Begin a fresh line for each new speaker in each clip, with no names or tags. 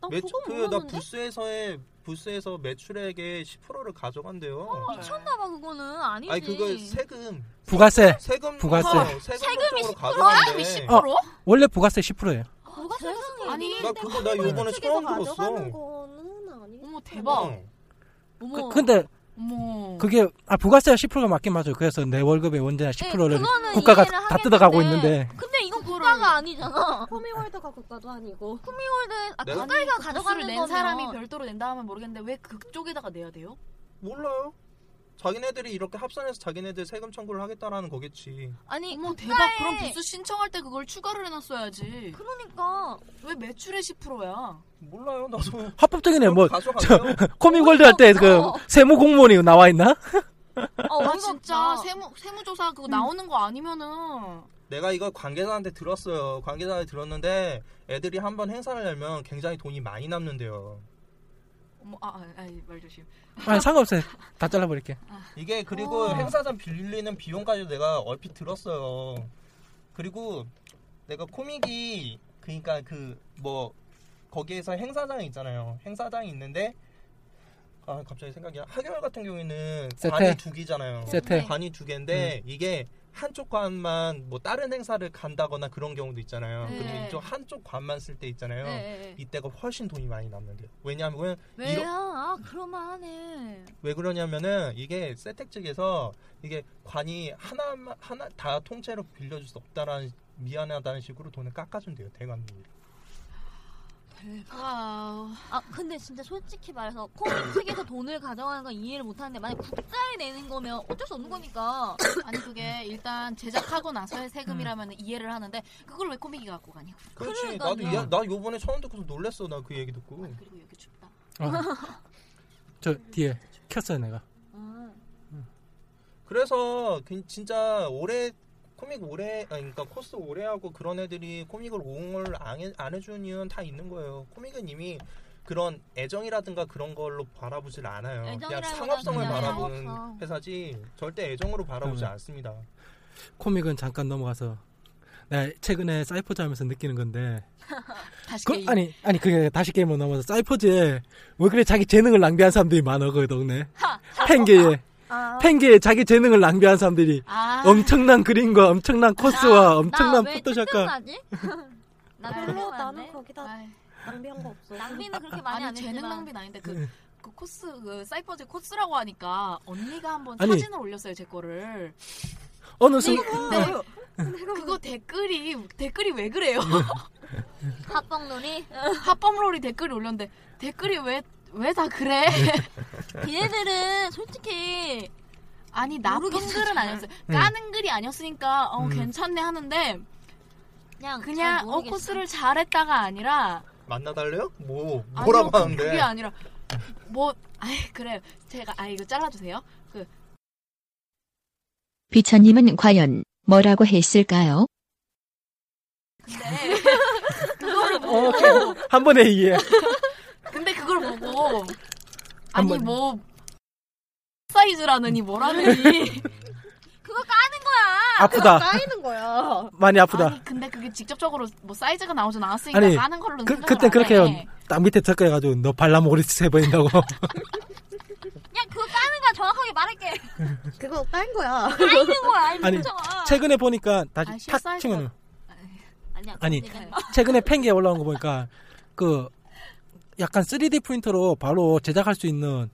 난
매출
어, 그건
그나
몰랐는데?
부스에서의 부스에서 매출액의 10%를 가져간대요.
어, 미쳤나봐 그거는 아니지.
아니 그거 세금
부가세
세금
부가세. 어.
어, 세금
세금이 10%야?
쪽으로 가져간대.
미 10%?
원래 부가세 10%예요.
뭐가 세상에.
아니,
뭐-
나 그거 나 요번에 처음 들었어.
어머 대박.
어.
어머.
그, 근데
어머.
그게 아 부가세가 10%가 맞긴 맞아요. 그래서 내 월급의 원제나
네,
10%를
그거는
국가가
이해를
다 뜯어가고
하겠는데.
있는데
근데 이건
그거를-
국가가 아니잖아.
코미월드가 국가도 아니고
쿠미월드 아,
내가-
국가가
가져가는
가져가는
낸
거면 뭐-
사람이 별도로 낸다 하면 모르겠는데 왜 그쪽에다가 내야 돼요?
몰라요. 자기네들이 이렇게 합산해서 자기네들 세금 청구를 하겠다라는 거겠지.
아니
어머
국가에
대박. 그럼 부스 신청할 때 그걸 추가를 해놨어야지.
그러니까
왜 매출의 10%야?
몰라요. 나도
합법적이네요. 뭐
가서
저-
갈게요.
코미골드 할 때 그
어.
세무 공무원이 나와 있나?
어,
나
어이가
진짜
없다.
세무 세무조사 그거 나오는 거 아니면은
내가 이거 관계자한테 들었어요. 관계자한테 들었는데 애들이 한 번 행사를 열면 굉장히 돈이 많이 남는데요.
어머 아아말 조심.
아 상관없어요. 다 잘라버릴게.
이게 그리고
어.
행사장 빌리는 비용까지 내가 얼핏 들었어요. 그리고 내가 코믹이 그러니까 그 뭐 거기에서 행사장 있잖아요. 행사장이 있는데 아 갑자기 생각이 나. 학열 같은 경우에는
세트.
관이 두 개잖아요.
네.
세트.
관이 두 개인데 이게 한쪽 관만 뭐 다른 행사를 간다거나 그런 경우도 있잖아요.
네.
근데 이쪽 한쪽 관만 쓸 때 있잖아요.
네.
이때가 훨씬 돈이 많이 남는데요. 왜냐하면
왜요?
이런-
아 그럴만하네.
왜 그러냐면은 이게 세택 측에서 이게 관이 하나 하나 다 통째로 빌려줄 수 없다라는 미안하다는 식으로 돈을 깎아준대요 대관님.
와우.
아 근데 진짜 솔직히 말해서 코믹 측에서 돈을 가져가는 건 이해를 못하는데 만약 국가에 내는 거면 어쩔 수 없는 거니까.
아니 그게 일단 제작하고 나서의 세금이라면 이해를 하는데 그걸 왜 코믹이 갖고 가냐고.
그렇지.
그러니까요.
나도 이해, 나 요번에 처음 듣고서 놀랬어 나 그 얘기 듣고.
그리고 여기 춥다.
어. 저 뒤에 켰어요 내가.
음.
그래서 그- 진짜 올해 코믹 올해 아니, 그러니까 코스 올해하고 그런 애들이 코믹을 옹을 안, 해, 안 해준 이유는 다 있는 거예요. 코믹은 이미 그런 애정이라든가 그런 걸로 바라보질 않아요. 그냥
애정이라기보다는
상업성을
그냥
바라보는
상업성.
회사지 절대 애정으로 바라보지
그러면-
않습니다.
코믹은 잠깐 넘어가서 내가 최근에 사이퍼즈 하면서 느끼는 건데
다시
그,
게임.
아니 아니 그게 다시 게임으로 넘어서 사이퍼즈에 왜 그래 자기 재능을 낭비한 사람들이 많아 그 동네 팬계에 아.
팽개에 자기 재능을 낭비한 사람들이
아,
엄청난 그림과 엄청난 코스와 엄청난
아, 나왜
포토샵과
특정하지? 나 별로
별로
안 해.
나는 거기다
아이,
낭비한 거 없어.
낭비는 그렇게 많이
아니,
안
재능
했지만
낭비는 아닌데
네.
그, 그 코스 그 사이퍼즈 코스라고 하니까 언니가 한번
아니.
사진을 올렸어요 제 거를.
어느 순
근데 그거 댓글이 댓글이 왜 그래요?
합방놀이
합법롤이 댓글이 올렸는데 댓글이 왜 왜 다 그래?
얘네들은 솔직히
아니 나쁜
모르겠어,
글은
정말.
아니었어요. 까는 글이 아니었으니까 어
음.
괜찮네 하는데
그냥 잘
그냥 어
모르겠어.
코스를 잘했다가 아니라
만나달래요? 뭐
아니요,
뭐라고
그-
하는데?
그게 아니라 뭐 아이 그래요. 제가 아 이거 잘라주세요. 그
비천님은 과연 뭐라고 했을까요?
근데 그거를 보고
오케이. 한 번에 이해.
근데 그걸 보고
한
아니
번.
뭐 사이즈라느니 뭐라느니
그거 까는 거야.
아프다.
까이는 거야.
많이 아프다.
아니 근데 그게 직접적으로 뭐 사이즈가 나오진 않았으니까
아니,
까는 걸로
그, 그때 그렇게
해.
딱 밑에 착각해가지고 너 발라모리스 세 번인다고.
그냥 그거 까는 거야. 정확하게 말할게.
그거 까인 거야.
까이는 거야.
아니,
아니 정아.
최근에 보니까
아니,
다시 탁
실사할
치면
아니야.
아니.
그건
최근에 팽기에 올라온 거 보니까 그 약간 3D 프린터로 바로 제작할 수 있는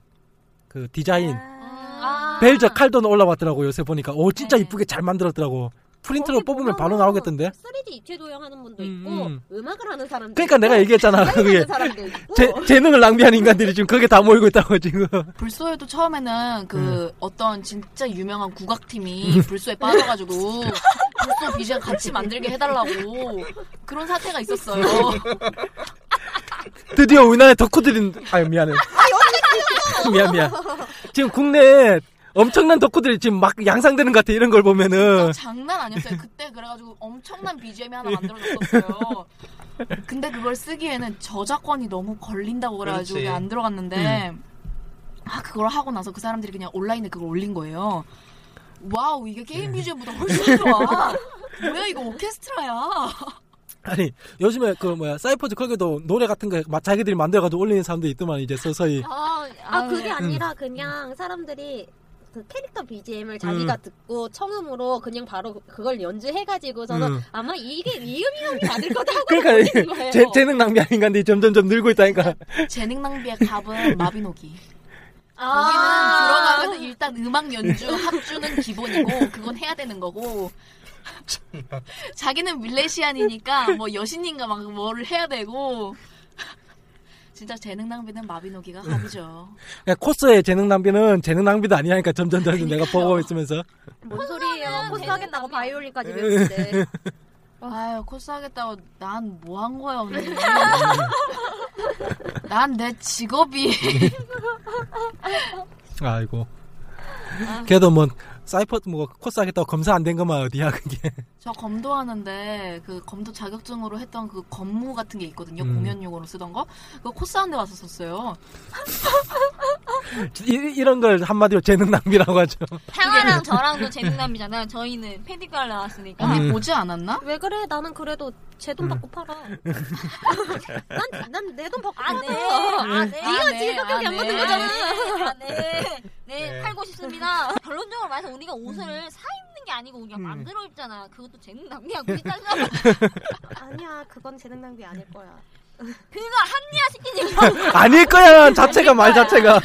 그 디자인
아.
벨저 칼돈 올라왔더라고 요새 보니까 오 진짜
네.
이쁘게 잘 만들었더라고 프린트로
거기
뽑으면 바로
보면은
나오겠던데
3D 입체 도형하는 분도
음,
있고
음.
음. 악을 하는 사람도
그러니까 내가
어.
얘기했잖아 그게
하는 사람도 있고
재, 재능을 낭비한 인간들이 지금 거기에 다 모이고 있다고 지금
불소에도 처음에는 그 어떤 진짜 유명한
음.
국악팀이 불소에 빠져가지고 불소 비전 같이 만들게 해달라고 그런 사태가 있었어요.
드디어 우리나라의 덕후들인 아유 미안해 미안 미안 지금 국내에 엄청난 덕후들이 지금 막 양상되는 것 같아 이런 걸 보면은
장난 아니었어요. 그때 그래가지고 엄청난 BGM이 하나 만들어졌었어요. 근데 그걸 쓰기에는 저작권이 너무 걸린다고 그래가지고
그렇지.
그게 안 들어갔는데 아 그걸 하고 나서 그 사람들이 그냥 온라인에 그걸 올린 거예요. 와우 이게 게임 BGM보다 훨씬 좋아. 뭐야 이거 오케스트라야.
아니 요즘에 그 뭐야 사이퍼즈 거기도 노래 같은 거 마- 자기들이 만들어가지고 올리는 사람들이 있더만 이제 서서히
아,
아 그게 아니라 그냥 사람들이 그 캐릭터 BGM을 자기가 듣고 청음으로 그냥 바로 그걸 연주해가지고서는
음.
아마 이게 이 음향이 맞을 거다 하고
그러니까
올리는 거예요.
재, 재능 낭비한 인간들이 점점점 늘고 있다니까
재능 낭비의 답은 마비노기. 거기는
아,
들어가면 일단 음악 연주 합주는 기본이고 그건 해야 되는 거고 자기는 밀레시안이니까 뭐 여신인가 막 뭐를 해야 되고 진짜 재능 낭비는 마비노기가 갑이죠.
그냥 코스의 재능 낭비는 재능 낭비도 아니니까 점점점 점 내가 보고 있으면서 네.
뭔 소리예요? 코스
되는
하겠다고
낭비야.
바이올린까지 배우는데
아유 코스 하겠다고 난 뭐 한 거야 언니. 난 내 직업이
아이고 걔도 뭐 사이퍼 뭐 코스 하겠다고 검사 안 된 것만 어디야 그게
저 검도 하는데 그 검도 자격증으로 했던 그 검무 같은 게 있거든요
음.
공연 용어로 쓰던 거 그거 코스 한 대 왔었어요.
이, 이런 걸 한마디로 재능 낭비라고 하죠
향아랑 저랑도 재능남이잖아. 저희는 페디컬 나왔으니까.
언니
음.
보지 않았나?
왜 그래? 나는 그래도 제 돈 받고 팔아. 난 난 내 돈 받고
안 해.
팔아.
안 해.
네. 네가 지금 성격이 안 맞는 거잖아.
안 해. 네,
네.
팔고 싶습니다. 결론적으로 말해서 우리가 옷을 사 입는 게 아니고 우리가 만들어 입잖아. 그것도 재능 낭비야. 우리 짜증나.
아니야, 그건 재능 낭비 아닐 거야.
그거 합리화 시키지 마.
아닐 거야 자체가 말 자체가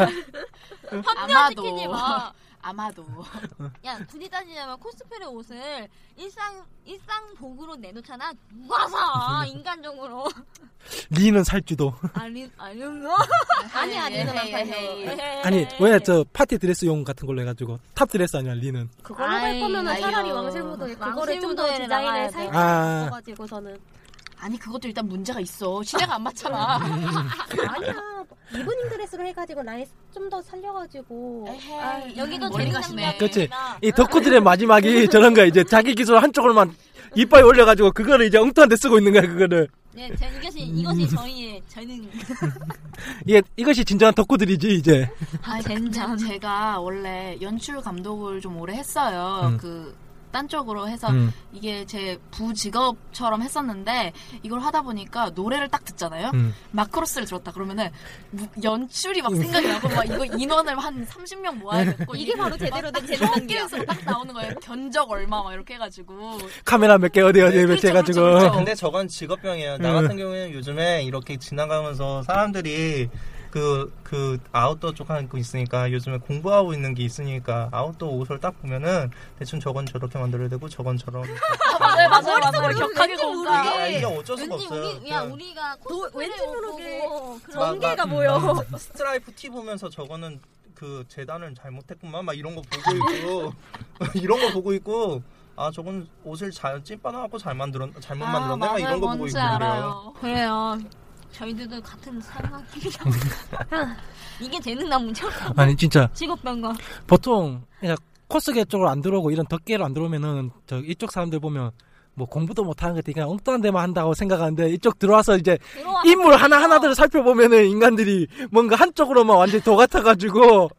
합리화 시키지 마.
아마도
야, 굳이 따지자면 코스프레 옷을 일상 일상복으로 내놓잖아. 누가 사? 인간적으로.
니는 살지도
아니, 어? 아니요.
아니야,
헤이,
니는 안
헤이, 헤이.
팔려.
네.
아니 왜 저 파티 드레스용 같은 걸로 해가지고 탑 드레스 아니야 리는
그걸로 갈
아이,
거면은 차라리
아이고.
왕실무도에 그거를 좀 더
왕실무도에는 나가야
디자인을 살짝
아.
바꿔가지고서는
아니 그것도 일단 문제가 있어 시대가 안 맞잖아
아니야, 이브닝 드레스로 해가지고 라인 좀 더 살려가지고
에헤이,
여기도
머리
재능
가시네.
낭비야.
그치.
재능이다.
이 덕후들의 마지막이 저런 거야 이제 자기 기술 한쪽으로만 이빨 올려가지고 그거를 이제 엉뚱한데 쓰고 있는 거야 그거를
네, 제, 이것이
음.
이것이 저희의 재능.
이게 이것이 진정한 덕후들이지 이제
아니, 근데 제가 원래 연출 감독을 좀 오래 했어요
음.
그 딴 쪽으로 해서
음.
이게 제 부직업처럼 했었는데 이걸 하다 보니까 노래를 딱 듣잖아요.
음.
마크로스를 들었다 그러면은 무- 연출이 막 생각이 나고 막 이거 인원을 한 30명 모아야겠고
이게 바로 제대로 된 재능이야.
소개에서 딱 나오는 거예요. 견적 얼마 막 이렇게 해가지고
카메라 몇 개 어디 어디
네,
몇 개
그렇죠,
해가지고
그렇죠, 그렇죠.
근데 저건 직업병이에요. 나 같은 경우에는 요즘에 이렇게 지나가면서 사람들이 그, 그 아웃도어 쪽 하고 있으니까 요즘에 공부하고 있는 게 있으니까 아웃도어 옷을 딱 보면은 대충 저건 저렇게 만들어야 되고 저건 저런.
맞아요 맞아요 맞아요
머릿속으로
격하게
왠지
공감
모르게
아, 이게 어쩔 수가
왠지
없어요.
우리 야
네.
우리가 코스프레
왠지 모르게
보고 그런
전개가
막-
보여.
음, 스트라이프 티 보면서 저거는 그 재단을 잘못했구만 막 이런 거 보고 있고 이런 거 보고 있고 아 저건 옷을 잘 찐빠나갖고 잘 만들었 잘못
아,
만들었네 막
맞아요.
이런 거 보고
뭔지
있고 그래요.
알아요.
그래요. 저희들도 같은 사람이라 이게 되는 나무죠?
아니 진짜
직업병과
보통 그냥 코스계 쪽으로 안 들어오고 이런 덕계로 안 들어오면은 저 이쪽 사람들 보면 뭐 공부도 못하는 것들 그냥 엉뚱한 데만 한다고 생각하는데 이쪽 들어와서 이제
들어와.
인물 하나 하나들을 살펴보면은 인간들이 뭔가 한쪽으로만 완전히 더 같아가지고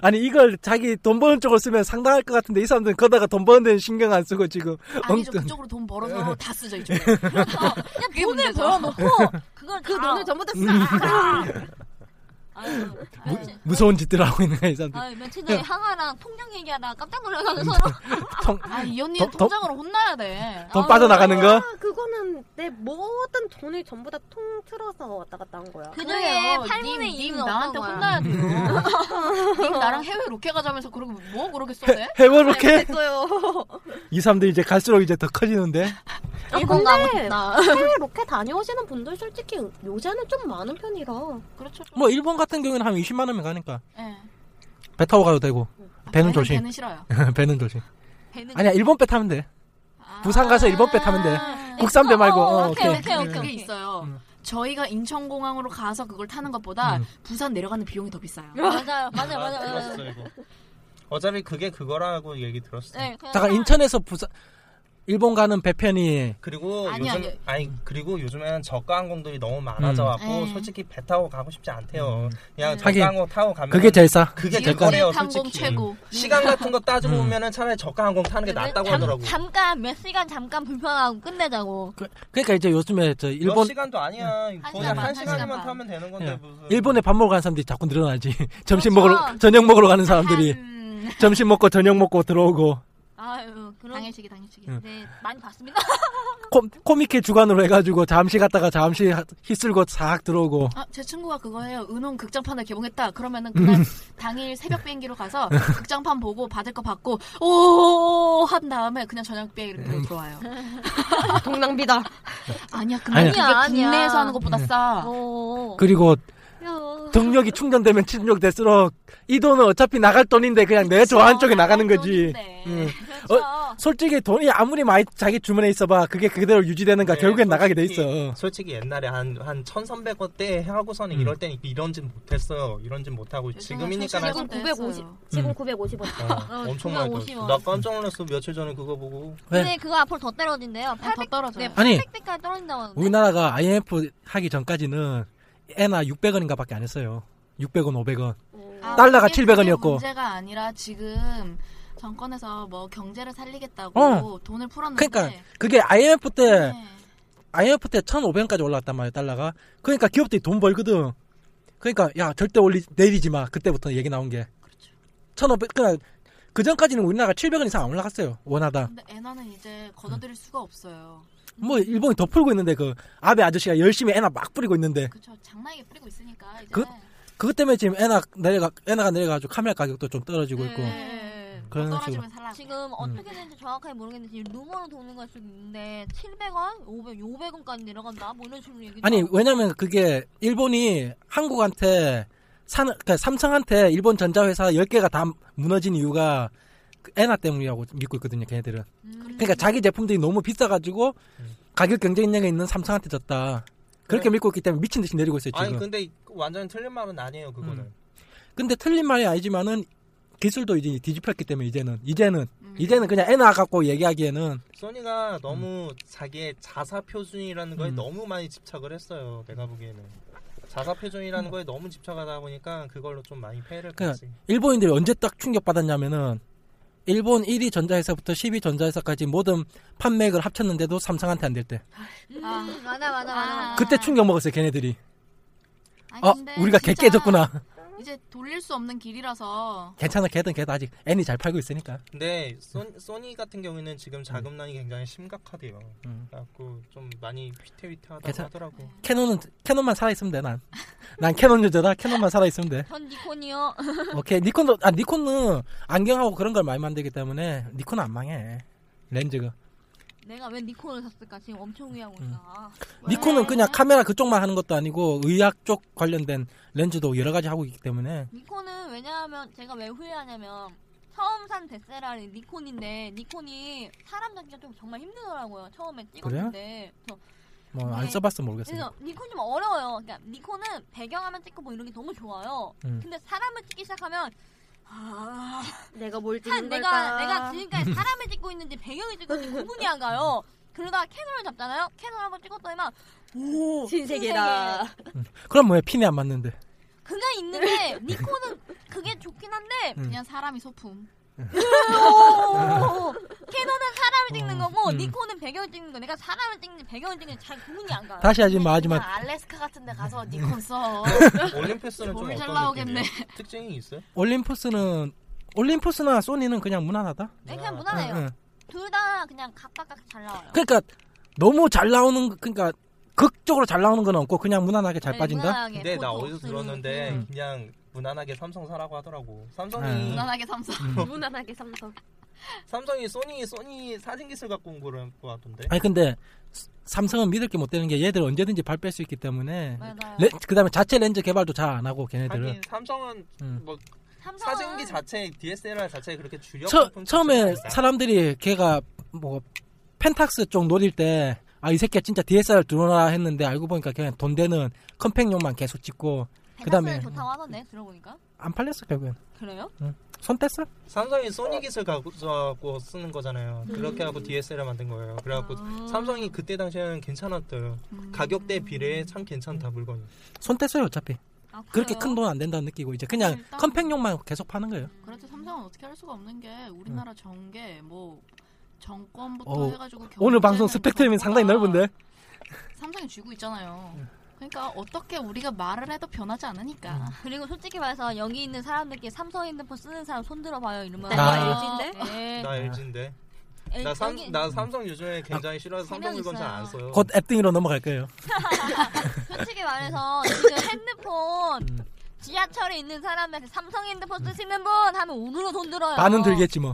아니 이걸 자기 돈 버는 쪽으로 쓰면 상당할 것 같은데 이 사람들은 거다가 돈 버는 데는 신경 안 쓰고 지금
아니죠
엉뚱-
그쪽으로 돈 벌어서 다 쓰죠 이쪽에 그래서 그게
돈을
문제죠.
뭐.
벌어놓고
뭐.
그걸
그
다
돈을 전부 다 싹.
아유,
음. 무,
아유,
무서운 짓들 하고 있는 거야 이 사람들
아유, 며칠 전에 항아랑 통장 얘기하다 깜짝 놀라가지고 서로
음. 통-
아, 이 언니
더- 더-
통장으로 혼나야 돼.
돈 빠져나가는 거
아, 그거는 내 모든 돈을 전부 다 통틀어서 왔다 갔다 한 거야.
그 중에 8분의
님, 님
2는 나한테
나한테 혼나야 돼요.
어,
님 나랑 해외 로켓 가자면서 그러고 뭐 그렇게 쏘대?
해보 이렇게
됐어요.
이 사람들 이제 갈수록 이제 더 커지는데
아,
일본 가고
근데
싶다.
해외 로켓 다녀오시는 분들 솔직히 요새는 좀 많은 편이라.
그렇죠. 좀.
뭐 일본 같은 경우는 한 20만 원면 가니까
예.
배 타고 가도 되고
아,
배는 조심.
배는 싫어요.
배는 조심
배는
아니야 일본 배 타면 돼
아.
부산 가서 일본 배 타면 돼 국산 배
어,
말고
어,
어,
오케이,
오케이
오케이, 오케이.
그게 있어요. 저희가 인천공항으로 가서 그걸 타는 것보다
음.
부산 내려가는 비용이 더 비싸요.
맞아요, 네, 맞아요,
아,
맞아요. 맞아요.
들었어 이거. 어차피 그게 그거라고 얘기 들었어.
네, 그냥
잠깐 인천에서 부산 일본 가는 배편이
그리고
아니야,
요즘
아니야.
아니 그리고 요즘엔 저가 항공들이 너무 많아져 갖고
음.
솔직히 배 타고 가고 싶지 않대요. 그냥
음. 하긴,
저가 항공 타고 가면
그게 제일 싸
그게
지금
될 거래요,
항공
솔직히. 음.
최고.
시간 같은 거 따지고
음.
보면은 차라리 저가 항공 타는 게 낫다고 하더라고.
네, 잠깐 몇 시간 잠깐 불편하고 끝내자고.
그, 그러니까 이제 요즘에 저
몇
일본
시간도 그 아니야. 거의
시간 반,
한
한 시간
시간만
반.
타면 되는 건데
예.
무슨.
일본에 밥 먹으러 가는 사람들이 자꾸 늘어나지 점심
그렇죠.
먹으러 저녁 먹으러 가는 사람들이
음,
점심 먹고 저녁 먹고 들어오고
아유, 그런
당일치기 당일치기.
응.
네 많이 봤습니다.
코, 코미케 주관으로 해가지고 잠시 갔다가 잠시 하- 휘슬고 싹 들어오고
아, 제 친구가 그거 해요. 은혼 극장판을 개봉했다. 그러면은 그날 당일 새벽 비행기로 가서 극장판 보고 받을 거 받고 오! 한 다음에 그냥 저녁 비행기로 들어와요.
동낭비다.
아니야, 근데 그게
아니야, 아니야.
국내에서 하는 것보다
어,
싸.
오.
그리고
야.
등력이 충전되면 충전될수록 이 돈은 어차피 나갈 돈인데 그냥 내 좋아하는 쪽에 나가는 거지
그렇죠. 돈인데.
응. 어,
그렇죠.
솔직히 돈이 아무리 많이 자기 주머니에 있어봐 그게 그대로 유지되는가 그러니까
네,
결국엔 나가게 돼
솔직히-
있어
솔직히 옛날에 한한 1,300원 때 하고서는
음.
이럴 때는 이런진 못했어요. 이런진 못하고 지금이니까 나
지금
네,
950.
했어요.
지금
음.
950원.
어, 엄청 많이
950
떨어졌어.
원.
나 깜짝 놀랐어 며칠 전에 그거 보고.
근데 그거 앞으로 더 떨어진대요. 800,
떨어져요.
네,
아니.
800대까지 떨어진다고 하는데.
우리나라가 IMF 하기 전까지는 애나 600원인가 밖에 안 했어요 600원 500원
아,
달러가
그게
700원
그게
이었고.
문제가 아니라 지금 정권에서 뭐 경제를 살리겠다고
어.
돈을 풀었는데
그러니까 그게 IMF 때
네.
IMF 때 1,500원까지 올라왔단 말이야 달러가 그러니까 기업들이 돈 벌거든 그러니까 야 절대 올리 내리지 마 그때부터 얘기 나온 게 1,500 그러니까 그 전까지는 우리나라가 700원 이상 안 올라갔어요 원하다
근데 엔화는 이제 걷어들일 수가 없어요.
뭐 일본이 더 풀고 있는데 그 아베 아저씨가 열심히 애나 막 뿌리고 있는데
그쵸 장난이 뿌리고 있으니까 네. 이제
그- 그것 때문에 지금 애나 내려가 애나가 내려가지고 카메라 가격도 좀 떨어지고 뭐 있고
네.
그런 식으로
떨어지면 살라.
지금 어떻게 되는지 정확하게 모르겠는데 지금 루머로 도는 걸 수도 있는데 700원, 500, 500원까지 내려간다 뭐 이런 식으로 얘기.
아니 왜냐면 그게 일본이 한국한테 산 그러니까 삼성한테 일본 전자회사 10개가 다 무너진 이유가 그 엔화 때문이라고 믿고 있거든요 걔네들은 그러니까 자기 제품들이 너무 비싸가지고
음.
가격 경쟁력에 있는 삼성한테 졌다 그렇게
그래.
믿고 있기 때문에 미친 듯이 내리고 있어요
아니 그-
지금
근데 완전 히 틀린 말은 아니에요 그거는.
음. 근데 틀린 말이 아니지만은 기술도 이제 뒤집혔기 때문에 이제는 이제는 이제는 그냥 엔화 갖고 얘기하기에는
소니가 너무 자기의 자사 표준이라는 거에
음.
너무 많이 집착을 했어요. 내가 보기에는 자사 표준이라는 거에 너무 집착하다 보니까 그걸로 좀 많이 폐해를
음. 그냥
봤지.
일본인들이 언제 딱 충격받았냐면은 일본 1위 전자회사부터 10위 전자회사까지 모든 판매액을 합쳤는데도 삼성한테 안 될 때.
음,
아.
맞아, 맞아, 맞아. 맞아.
그때 충격 먹었어요, 걔네들이.
아니,
아,
근데
우리가 개
진짜
깨졌구나.
이제 돌릴 수 없는 길이라서
괜찮아, 걔든 걔도 아직 애니 잘 팔고 있으니까.
근데
음.
소, 소니 같은 경우에는 지금 자금난이 굉장히 심각하대요.
음.
그래갖고 좀 많이 위태위태하다고
괜찮-
하더라고.
캐논은 캐논만 살아 있으면 돼 난. 난 캐논 유저다. 캐논만 살아 있으면 돼.
전 니콘이요.
오케이. 니콘도 아 니콘은 안경하고 그런 걸 많이 만들기 때문에 니콘은 안 망해. 렌즈가.
내가 왜 니콘을 샀을까? 지금 엄청 후회하고
음.
있다.
니콘은
아.
그냥 카메라 그쪽만 하는 것도 아니고 의학 쪽 관련된 렌즈도 여러 가지 하고 있기 때문에
니콘은 왜냐하면 제가 왜 후회하냐면 처음 산 데셀알이 니콘인데 니콘이 사람 잡기가 좀 정말 힘들더라고요. 처음에 찍었을
그래요?
때. 그래서
뭐 안
네.
써봤어 모르겠어요.
그래서 니콘 좀 어려워요. 그러니까 니콘은 배경화면 찍고 뭐 이런 게 너무 좋아요.
음.
근데 사람을 찍기 시작하면 아,
내가 뭘
참
찍는
내가
걸까?
내가 지금까지 사람을 찍고 있는지 배경을 찍고 있는지 구분이 안 가요. 그러다가 캐논을 잡잖아요. 캐논 한번 찍었더니만 오
신세계다.
그럼 뭐야 핀이 안 맞는데.
그게 있는데 니콘은 그게 좋긴 한데
음.
그냥 사람이 소품.
오, 캐논은 사람을 찍는
어,
거고
음.
니콘은 배경을 찍는 거. 내가 사람을 찍는지 배경을 찍는지 잘 구분이 안 가요.
다시 하지 마 하지
그냥
마.
알래스카 같은 데 가서 니콘 써.
올림피스는 좀
뭘잘
어떤
나오겠네.
느낌이에요? 특징이 있어요?
올림푸스는 올림푸스나 소니는 그냥 무난하다.
네, 그냥
응,
무난해요.
응.
둘 다 그냥 각각각 잘 나와요.
그러니까 너무 잘 나오는 거- 그러니까 극적으로 잘 나오는 건 없고 그냥 무난하게 잘
네,
빠진다.
무난하게 음,
근데 나
보통
어디서
쓰는
들었는데
느낌.
그냥 무난하게 삼성 사라고 하더라고.
음.
삼성이
무난하게 삼성.
음.
무난하게 삼성.
삼성이 소니 소니 사진 기술 갖고 온 거라고 하던데.
아니 근데 스- 삼성은 믿을 게 못 되는 게 얘들 언제든지 발 뺄 수 있기 때문에
맞아요.
렌- 그다음에 자체 렌즈 개발도 잘 안 하고 걔네들은
하긴 삼성은
음.
뭐
삼성은
사진기 자체 DSLR 자체 그렇게 주력
처,
상품
처음에
자체가
사람들이 걔가 뭐 펜탁스 쪽 노릴 때 아 이 새끼 진짜 DSR 들어오나 했는데 알고 보니까 그냥 돈 되는 컴팩용만 계속 찍고 그다음에-
배달은 좋다고 하던데 들어보니까
안 팔렸어 결국엔
그래요?
손 뗐어
삼성이 소니 기술 갖고 쓰는 거잖아요. 그렇게
음.
하고 DSLR 만든 거예요. 그래갖고
아.
삼성이 그때 당시에는 괜찮았대요.
음.
가격대 비례 참 괜찮다 물건이.
손 뗐어요 어차피
아,
그렇게
그래요?
큰 돈 안 된다는 느끼고 이제 그냥
일단-
컴팩용만 계속 파는 거예요
그래도 그렇죠. 삼성은 어떻게 할 수가 없는 게 우리나라 정계 뭐 정권부터
네. 어우,
해가지고
오늘
경제는
방송 스펙트럼이
그거보다
상당히 넓은데 네.
삼성이 쥐고 있잖아요. 그러니까 어떻게 우리가 말을 해도 변하지 않으니까.
음.
그리고 솔직히 말해서 여기 있는 사람들끼리 삼성 핸드폰 쓰는 사람 손 들어봐요 이러면
나
아,
LG
네.
나 LG인데.
예,
나, 삼,
여기-
나 삼성
아,
요즘에 굉장히 싫어서
세명
삼성 물건 잘 안
있어요.
써요.
곧 앱등으로 넘어갈 거예요
솔직히 그 말해서 지금 핸드폰
음.
지하철에 있는 사람한테 삼성 핸드폰 쓰시는 분 하면 오늘로 돈 들어요.
반은 들겠지 뭐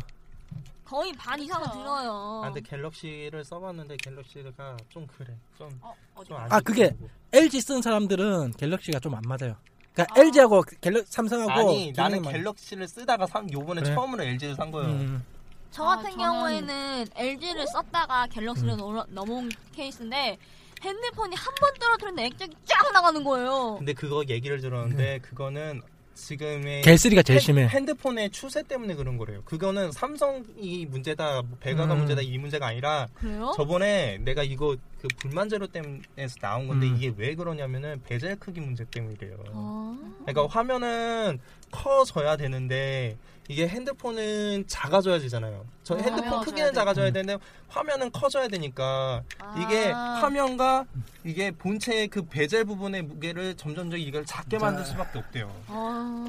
거의 반 이상은
그쵸.
들어요.
아, 근데 갤럭시를 써봤는데 갤럭시가 좀 그래. 좀,
어, 어디
좀안
아, 그게
좋더라고.
LG 쓴 사람들은 갤럭시가 좀 안 맞아요 그러니까
아.
LG하고 갤럭 삼성하고
아니
기능이
나는
많이-
갤럭시를 쓰다가 산 요번에
그래?
처음으로 LG를 산 거예요.
음.
저
아,
같은
저는-
경우에는 LG를 썼다가 갤럭시로 넘어- 넘어온 케이스인데 핸드폰이 한 번 떨어뜨렸는데 액정이 쫙 나가는 거예요.
근데 그거 얘기를 들었는데 그거는 지금의
음. 갤쓰리가 제일 심해
핸- 핸드폰의 추세 때문에 그런 거래요. 그거는 삼성이 문제다, 뭐 배가가
음. 어?
문제다 이 문제가 아니라
그래요?
저번에 내가 이거 그 불만 제로 때문에서 나온 건데
음. 어.
이게 왜 그러냐면은 베젤 크기 문제 때문이래요.
아,
그러니까 화면은 커져야 되는데 이게 핸드폰은 작아져야 되잖아요. 저
어,
핸드폰
작아져야
크기는
돼.
음.
작아져야 되는데 화면은 커져야 되니까 이게
아.
화면과 이게 본체의 그 베젤 부분의 무게를 점점점 이걸 작게 만들 수밖에 없대요.
아,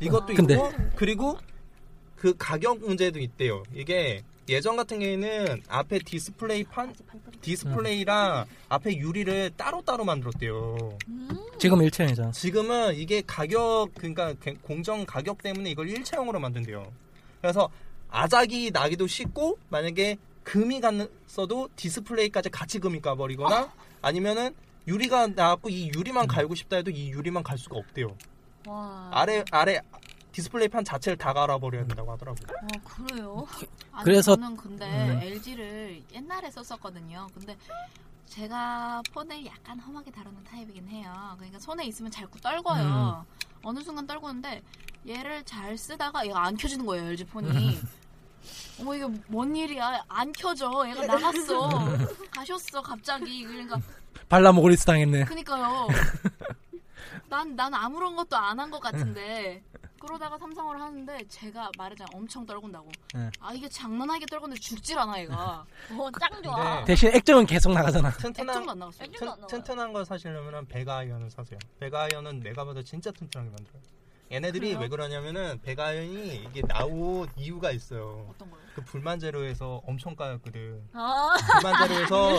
이것도
네. 근데-
있고 그리고 그 가격 문제도 있대요. 이게 예전 같은 경우에는 앞에 디스플레이 판 디스플레이랑
음.
앞에 유리를 따로따로 만들었대요.
지금 일체형이잖아
지금은 이게 가격 그러니까 개- 공정 가격 때문에 이걸 일체형으로 만든대요. 그래서 아작이 나기도 쉽고 만약에 금이 갔어도 디스플레이까지 같이 금이 가버리거나 아니면은 유리가 나왔고 이 유리만 갈고 싶다 해도 이 유리만 갈 수가 없대요.
와.
아래 아래 디스플레이 판 자체를 다 갈아버려야 된다고 하더라고. 요
와, 그래요?
어, 아니,
그래서-
저는 근데
음.
LG를 옛날에 썼었거든요. 근데 제가 폰을 약간 험하게 다루는 타입이긴 해요. 그러니까 손에 있으면 자꾸 떨궈요.
음.
어느 순간 떨구는데 얘를 잘 쓰다가 얘가 안 켜지는 거예요. LG 폰이. 어머 이게 뭔 일이야? 안 켜져. 얘가 나갔어. 가셨어 갑자기. 그러니까
발라모고리스 당했네
그니까요. 난, 난 아무런 것도 안 한 것 같은데. 그 그러다가 삼성을 하는데 제가 말했잖아 엄청 떨군다고.
예.
아 이게 장난하게 떨군데 죽질 않아 얘가.
어짱 좋아.
네.
대신 액정은 계속 나가잖아.
액정도
튼튼한
안 나갔어요.
액정도 안 나와요.
튼, 한걸 사시려면 베가이언을 사세요. 베가이언은 내가 봐도 진짜 튼튼하게 만들어요. 얘네들이
그래요?
왜 그러냐면은 베가이언이 이게 나온 이유가 있어요.
어떤 거요?
그 불만 제로에서 엄청 까였거든.
아,
불만 자료에서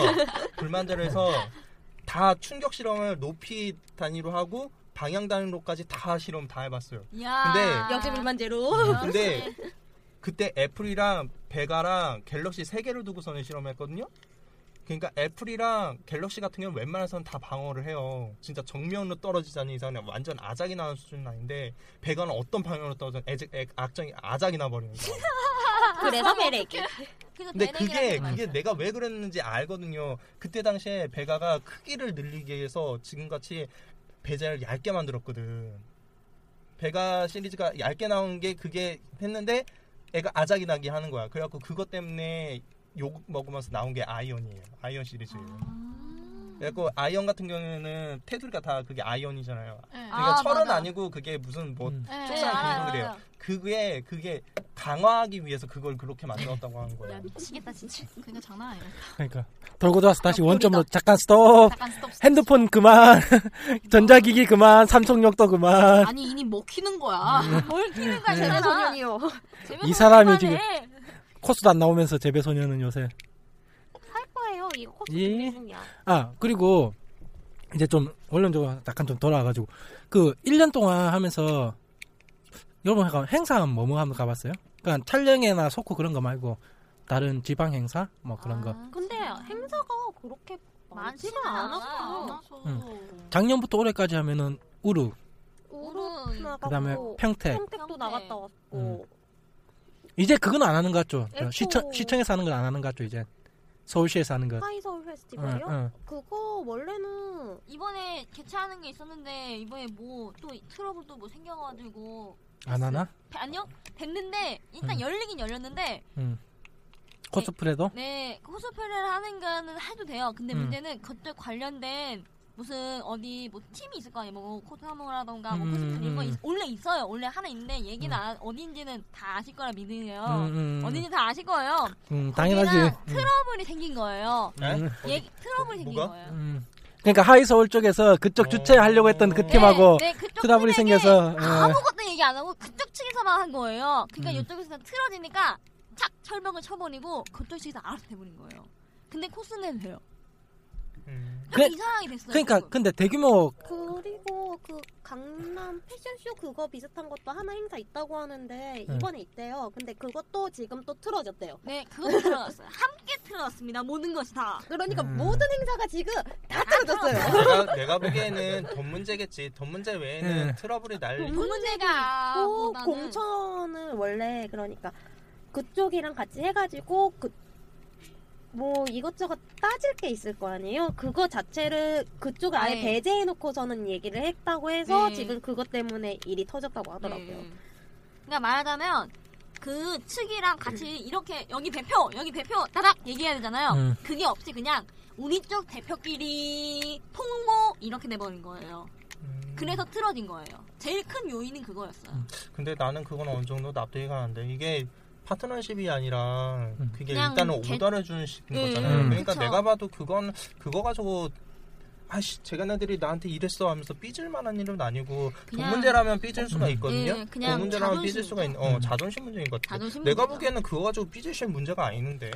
불만 자료에서 다 충격 실험을 높이 단위로 하고 방향 단위로까지 다 실험 다 해봤어요.
야.
근데
역시 불만제로.
근데 그때 애플이랑 베가랑 갤럭시 세 개를 두고서는 실험했거든요. 그러니까 애플이랑 갤럭시 같은 경우는 웬만해서는 다 방어를 해요. 진짜 정면으로 떨어지지 않는 이상은 완전 아작이 나는 수준은 아닌데 베가는 어떤 방향으로 떨어져 애적- 애- 악정이 아작이 나버리는 거예요.
그래서 베레기.
그래서
근데
내랭이라는
그게
게
그게 내가 왜 그랬는지 알거든요. 그때 당시에 배가가 크기를 늘리기 위해서 지금같이 배자를 얇게 만들었거든. 배가 시리즈가 얇게 나온 게 그게 했는데 애가 아작이 나게 하는 거야. 그래갖고 그것 때문에 욕 먹으면서 나온 게 아이언이에요. 아이언 시리즈예요. 그래갖고 아이언 같은 경우에는 테두리가 다 그게 아이언이잖아요.
네.
아,
그러니까 철은
맞아.
아니고 그게 무슨 뭐
음.
네.
네,
속상한
알아요,
공부를 해요.
알아요.
그게 그게 강화하기 위해서 그걸 그렇게 만들었다고 하는 거예요.
야
네.
미치겠다 진짜. 그러니까 장난 아니야.
그러니까 돌고 돌아서 다시
아,
원점으로
돌이다.
잠깐 스톱.
잠깐 스톱. 스톱.
핸드폰 그만. 전자기기 그만. 삼성역도 그만.
아니 이니 먹히는 거야.
뭘 키는 거야,
제나
제가.
소년이요.
이 사람이 지금- 코스도 안 나오면서 재배 소녀는 요새.
살 거예요. 이거 코스
예.
중이야.
아 그리고 이제 좀 원론적으로 약간 좀 돌아와가지고 그 1년 동안 하면서 여러분 약간 행사 뭐뭐 하면 가봤어요? 그러니까 촬영회나 소코 그런 거 말고 다른 지방 행사 뭐 그런 거
근데
아.
행사가 그렇게 많지가
많지는
않았어.
않아.
알아서.
작년부터 올해까지 하면은 우루
우루 나갔고
그다음에 음. 평택
평택도 나갔다 왔고
이제 그건 안 하는 것 같죠? 어,
에코.
시청 시청에서 하는 건 안 하는 것 같죠 이제 서울시에서 하는 거.
하이서울 아, 페스티벌이요?
음,
그거 원래는
이번에 개최하는 게 있었는데 이번에 뭐 또 트러블도 뭐 생겨가지고
안 하나?
네.
아니요 됐는데 일단
음.
열리긴 열렸는데
코스프레도?
네 코스프레를 하는 거는 해도 돼요 근데
음.
문제는 그때 관련된 무슨 어디 뭐 팀이 있을 거 아니에요 뭐 코타모라던가 뭐
음,
코스프레 이런 거
음.
있- 원래 있어요 원래 하나 있는데 얘기는
음.
안- 어딘지는 다 아실 거라 믿으세요
음, 음,
어딘지 다 아실 거예요
음, 당연하지.
거기랑
음,
트러블이 생긴 거예요
에?
음,
얘 트러블이 생긴
뭐가?
거예요
음. 그러니까 하이 서울 쪽에서 그쪽
어.
주최하려고 했던 그
네,
팀하고
네, 그쪽
트러블이
팀에게
생겨서 예.
아무것도 얘기 안 하고 그쪽 측에서만 한 거예요. 그러니까
음.
이쪽에서 틀어지니까 착 철벽을 쳐버리고 그쪽 측에서 알아서 돼버린 거예요. 근데 코스는 돼요.
음.
좀
그래-
이상하게 됐어요.
그러니까
조금.
근데 대규모
그리고 그 강남 패션쇼 그거 비슷한 것도 하나 행사 있다고 하는데
음.
이번에 있대요. 근데 그것도 지금 또 틀어졌대요.
네 그것도 틀어졌어요. 함께 틀어졌습니다. 모든 것이 다. 네.
그러니까
음.
모든 행사가 지금 다 틀어졌어요.
내가, 내가 보기에는 돈 문제겠지. 돈 문제 외에는
네.
트러블이 날리.
돈
문제가
또
보다는-
음. 공천은 원래 그러니까 그쪽이랑 같이 해가지고 그 뭐 이것저것 따질 게 있을 거 아니에요. 그거 자체를 그쪽을 아예
네.
배제해놓고서는 얘기를 했다고 해서
네.
지금 그것 때문에 일이 터졌다고 하더라고요.
네. 그러니까 말하자면 그 측이랑 같이 이렇게 여기 대표 여기 대표 따닥 얘기해야 되잖아요.
음.
그게 없이 그냥 우리 쪽 대표끼리 통모 이렇게 돼버린 거예요.
음.
그래서 틀어진 거예요. 제일 큰 요인은 그거였어요.
음.
근데 나는 그건 어느 정도 납득이 가는데 이게 파트너십이 아니라
음.
그게
그냥
일단은
개-
오더를 주는 식
음,
거잖아요.
음.
그러니까
그쵸.
내가 봐도 그건 그거 가지고 아씨 제가네들이 나한테 이랬어 하면서 삐질 만한 일은 아니고 돈
그냥-
문제라면 삐질 수가
음.
있거든요.
예, 그냥
돈 문제라면
자존심
삐질 수가 있는
문제.
어, 자존심 문제인 것 같아.
자존심
내가
문제죠.
보기에는 그거 가지고 삐지실 문제가 아니는데.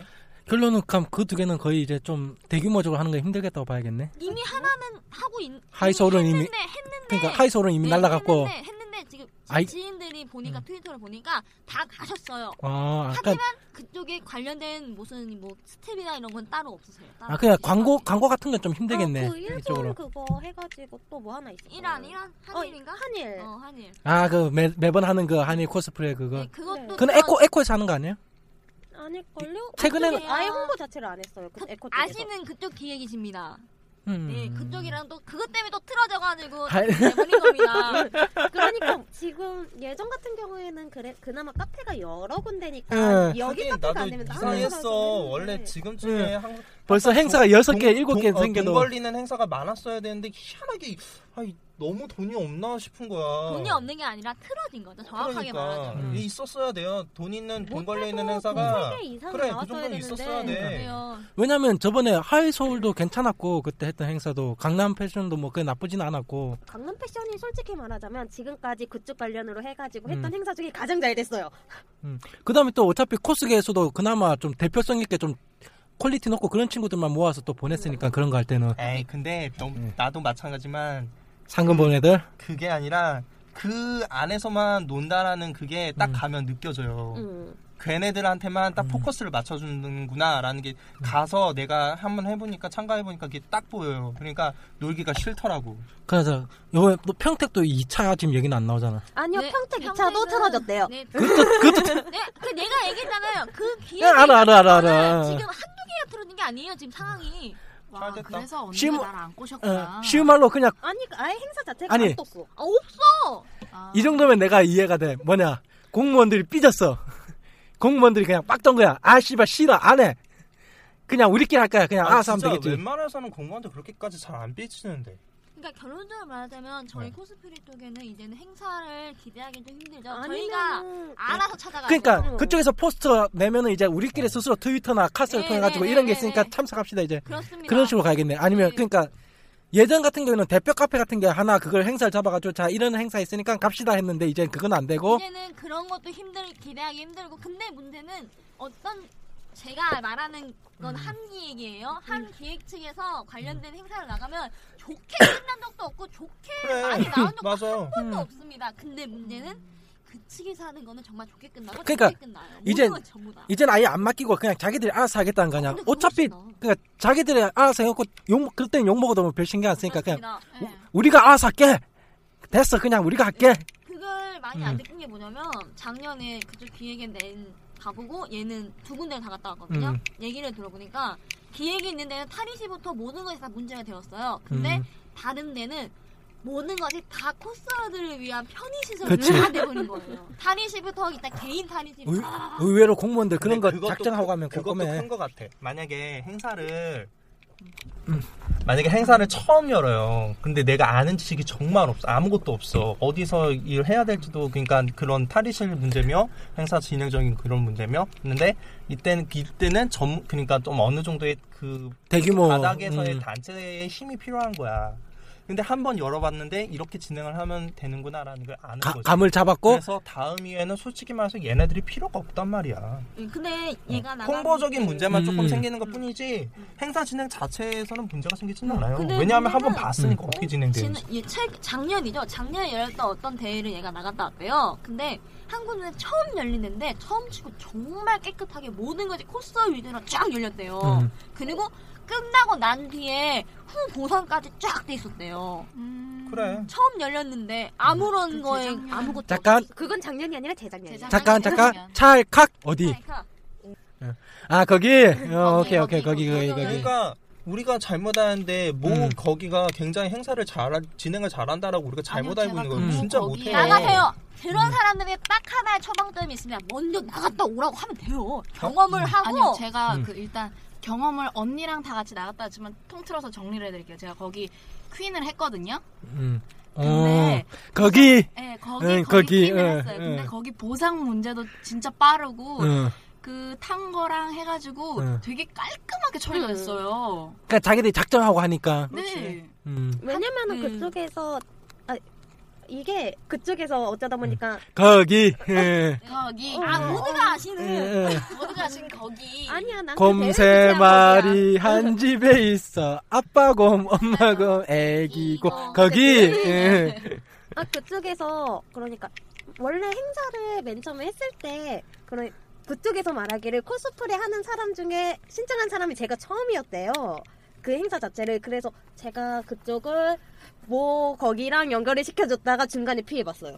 결론은 그럼 그 두 개는 거의 이제 좀 대규모적으로 하는 게 힘들겠다고 봐야겠네.
이미 하나는 하고 있
하이서울은 이미-
했는데 했는데
그러니까 하이 서울은 이미
네,
날라갔고
했는데, 했는데 지금
아이-
지인들이 보니까
음.
트위터를 보니까 다 가셨어요.
아, 약간
그쪽에 관련된 무슨 뭐 스텝이나 이런 건 따로 없으세요. 따로
아 그냥
없으시고.
광고 광고 같은 건 좀 힘들겠네.
아, 그 일본
이쪽으로.
그거 해가지고 또 뭐 하나 있어.
이란 이란 한일인가?
한일. 네.
어 한일.
아, 그 매, 매번 하는 그 한일 코스프레 그거.
네, 그것도
그건 에코 에코에서 하는 거 아니에요?
아닐걸요?
최근에는-
그쪽이 아예 홍보 자체를 안 했어요. 그 에코 쪽에서.
아시는 그쪽 기획이십니다.
음. 아,
네, 그쪽이랑 또 그것 때문에 또 틀어져가지고
하이-
내버린 겁니다.
그러니까 지금 예전 같은 경우에는 그래 그나마 카페가 여러 군데니까
예.
여기
하긴
카페가 안
나도
되면 다른
이상했어.
데로 가서
원래
했는데. 네.
지금쯤에
네.
한국
벌써 행사가 여섯 개, 일곱 개
어, 돈
생겨도
벌리는 행사가 많았어야 되는데 희한하게 아, 너무 돈이 없나 싶은 거야.
돈이 없는 게 아니라 틀어진 거죠. 정확하게
그러니까
말하자면.
음.
이게 있었어야 돼요. 돈 있는 돈 걸려 있는
못해도
행사가
돈 3개 이상은
그래 그
나왔어야
정도는 있었어야
되는데.
돼.
네, 그래요.
왜냐면 저번에 하이 서울도 괜찮았고 그때 했던 행사도 강남 패션도 뭐 그게 나쁘진 않았고
강남 패션이 솔직히 말하자면 지금까지 그쪽 관련으로 해가지고 했던
음.
행사 중에 가장 잘 됐어요.
그 다음에 또 어차피 코스계에서도 그나마 좀 대표성 있게 좀 퀄리티 높고 그런 친구들만 모아서 또 보냈으니까 그런 거 할 때는
에이 근데 너무-
음.
나도 마찬가지만
상금 본 애들
그게 아니라 그 안에서만 논다라는 그게 딱
음.
가면 느껴져요.
음.
걔네들한테만 딱
음.
포커스를 맞춰주는구나라는 게 가서 내가 한번 해보니까 참가해보니까 그게 딱 보여요. 그러니까 놀기가 싫더라고.
그래서 요번에 또 평택도 2차 지금 얘기는 안 나오잖아
아니요
네,
평택 2차도
평택은-
틀어졌대요.
네,
그것도 그것도
네, 그 내가 얘기했잖아요. 그 기회.
야, 알아 알아 알아 알아
지금 한두 개가 틀어진 게 아니에요. 지금 상황이.
와,
잘 됐다.
그래서 언니가
쉬운-
나를 안 꼬셨구나.
어, 쉬운 말로 그냥
아니 아예 행사 자체가
아니.
안 떴어.
아, 없어.
아,
이 정도면 내가 이해가 돼 뭐냐 공무원들이 삐졌어 공무원들이 그냥 빡던 거야 아 씨발 싫어 안해 그냥 우리끼리 할 거야 그냥 아서 하면
진짜
되겠지
웬만해서는 공무원들 그렇게까지 잘 안 삐치는데.
그러니까 결론적으로 말하자면 저희
네.
코스프레 쪽에는 이제는 행사를 기대하기도 힘들죠. 저희가
아니면
알아서 찾아가요.
그러니까
그럼.
그쪽에서 포스터 내면은 이제 우리끼리 스스로 트위터나 카스를
어. 네,
통해 가지고
네,
이런 게
네,
있으니까
네.
참석합시다 이제
그렇습니다.
그런 식으로 가야겠네. 아니면
네.
그러니까 예전 같은 경우는 대표 카페 같은 게 하나 그걸 행사를 잡아가지고 자 이런 행사 있으니까 갑시다 했는데 이제 그건 안 되고
이제는 그런 것도 힘들 기대하기 힘들고 근데 문제는 어떤 제가 말하는
음.
건 한 기획이에요. 한 기획 측에서 관련된 행사를 나가면 좋게 끝난 적도 없고 좋게
그래.
많이 나온 적도
맞아요.
한 번도
음.
없습니다. 근데 문제는 그 측에서 하는 거는 정말 좋게 끝나고
그러니까
좋게 끝나요.
이젠-
모든 건 전부 다.
이젠 아예 안 맡기고 그냥 자기들이 알아서 하겠다는 거냐.
근데 그거
어차피
싫어.
그러니까 자기들이 알아서 해갖고 욕 그럴 땐욕 먹어도 뭐별 신경 안 쓰니까 그러니까 그냥
그렇습니다.
예.
우리가 알아서 할게. 됐어 그냥 우리가 할게.
그걸 많이 안
음.
느낀 게 뭐냐면 작년에 그쪽 기획에 낸 가보고 얘는 두 군데를 다 갔다 왔거든요.
음.
얘기를 들어보니까 기획이 있는 데는 탈의시부터 모든 것이 다 문제가 되었어요. 근데
음.
다른 데는 모든 것이 다 코스터들을 위한 편의시설을
그치.
다 돼버린 거예요. 탈의시부터 일단 개인 탈의시
의, 의외로 공무원들
근데
그런 거
그것도
작정하고 가면
그것도
꼼꼼해.
큰것 같아. 만약에 행사를 만약에 행사를 처음 열어요. 근데 내가 아는 지식이 정말 없어. 아무것도 없어. 어디서 일을 해야 될지도 그러니까 그런 탈의실 문제며 행사 진행적인 그런 문제며. 근데 이때는 이때는 점 그러니까 좀 어느 정도의 그
대규모
바닥에서의
음.
단체의 힘이 필요한 거야. 근데 한 번 열어봤는데 이렇게 진행을 하면 되는구나라는 걸 아는
가-
거지.
감을 잡았고
그래서 다음 이후에는 솔직히 말해서 얘네들이 필요가 없단 말이야.
근데
어.
얘가 나가
홍보적인 어. 문제만 조금
음.
생기는 것 뿐이지 행사 진행 자체에서는 문제가 생기지는 않아요.
근데
왜냐하면 한 번
문제는-
음.
봤으니까 어떻게
네.
진행되는지.
지난- 예, 최- 작년이죠. 작년에 열렸던 어떤 대회를 얘가 나갔다 왔대요. 근데 한국은 처음 열리는데 처음 치고 정말 깨끗하게 모든 것이 코스터 위주로 쫙 열렸대요.
음.
그리고 끝나고 난 뒤에 후 보상까지 쫙 돼 있었대요.
음,
그래.
처음 열렸는데 아무런
그
거에
재작년.
아무것도
잠깐
그건 작년이 아니라 재작년이에요.
재작-
네. 잠깐 잠깐 찰칵 어디
없으니까
아 거기 어, 오케이 오케이 거기 거기
거기, 거기.
거기
그러니까 우리가 잘못하는데 뭐
음.
거기가 굉장히 행사를 잘 진행을 잘한다라고 우리가 잘못
아니요,
알고 있는
제가
거예요.
음.
진짜
거기
못해.
나가세요. 그런 사람들의 딱 하나의 처방점이 있으면 먼저 나갔다 오라고 하면 돼요. 경험을 하고
아니요, 제가
음.
그 일단 경험을 언니랑 다 같이 나갔다 왔지만 통틀어서 정리를 해드릴게요. 제가 거기 퀸을 했거든요.
음. 어,
근데
거기
예, 거기
응,
거기,
거기,
예,
퀸을
응,
했어요. 근데
응.
거기 보상 문제도 진짜 빠르고
예.
응.
그 탄 거랑 해가지고
응.
되게 깔끔하게 처리가
음.
응.
됐어요.
그러니까 자기들이 작정하고 하니까
네.
음.
왜냐면은
음.
그쪽에서 아, 이게 그쪽에서 어쩌다 보니까
음. 거기
음.
예.
거기
아
네.
아,
모두가
예,
아시는
예.
모두가 지금 거기
아니야 난그
곰세
대회를 주최한
마리 한 집에 있어 아빠 곰 엄마 곰 애기 곰 거기 예.
거야. 아 그쪽에서 그러니까 원래 행사를 맨 처음에 했을 때 그런 그쪽에서 말하기를 코스프레 하는 사람 중에 신청한 사람이 제가 처음이었대요. 그 행사 자체를 그래서 제가 그쪽을 뭐 거기랑 연결을 시켜줬다가 중간에 피해봤어요.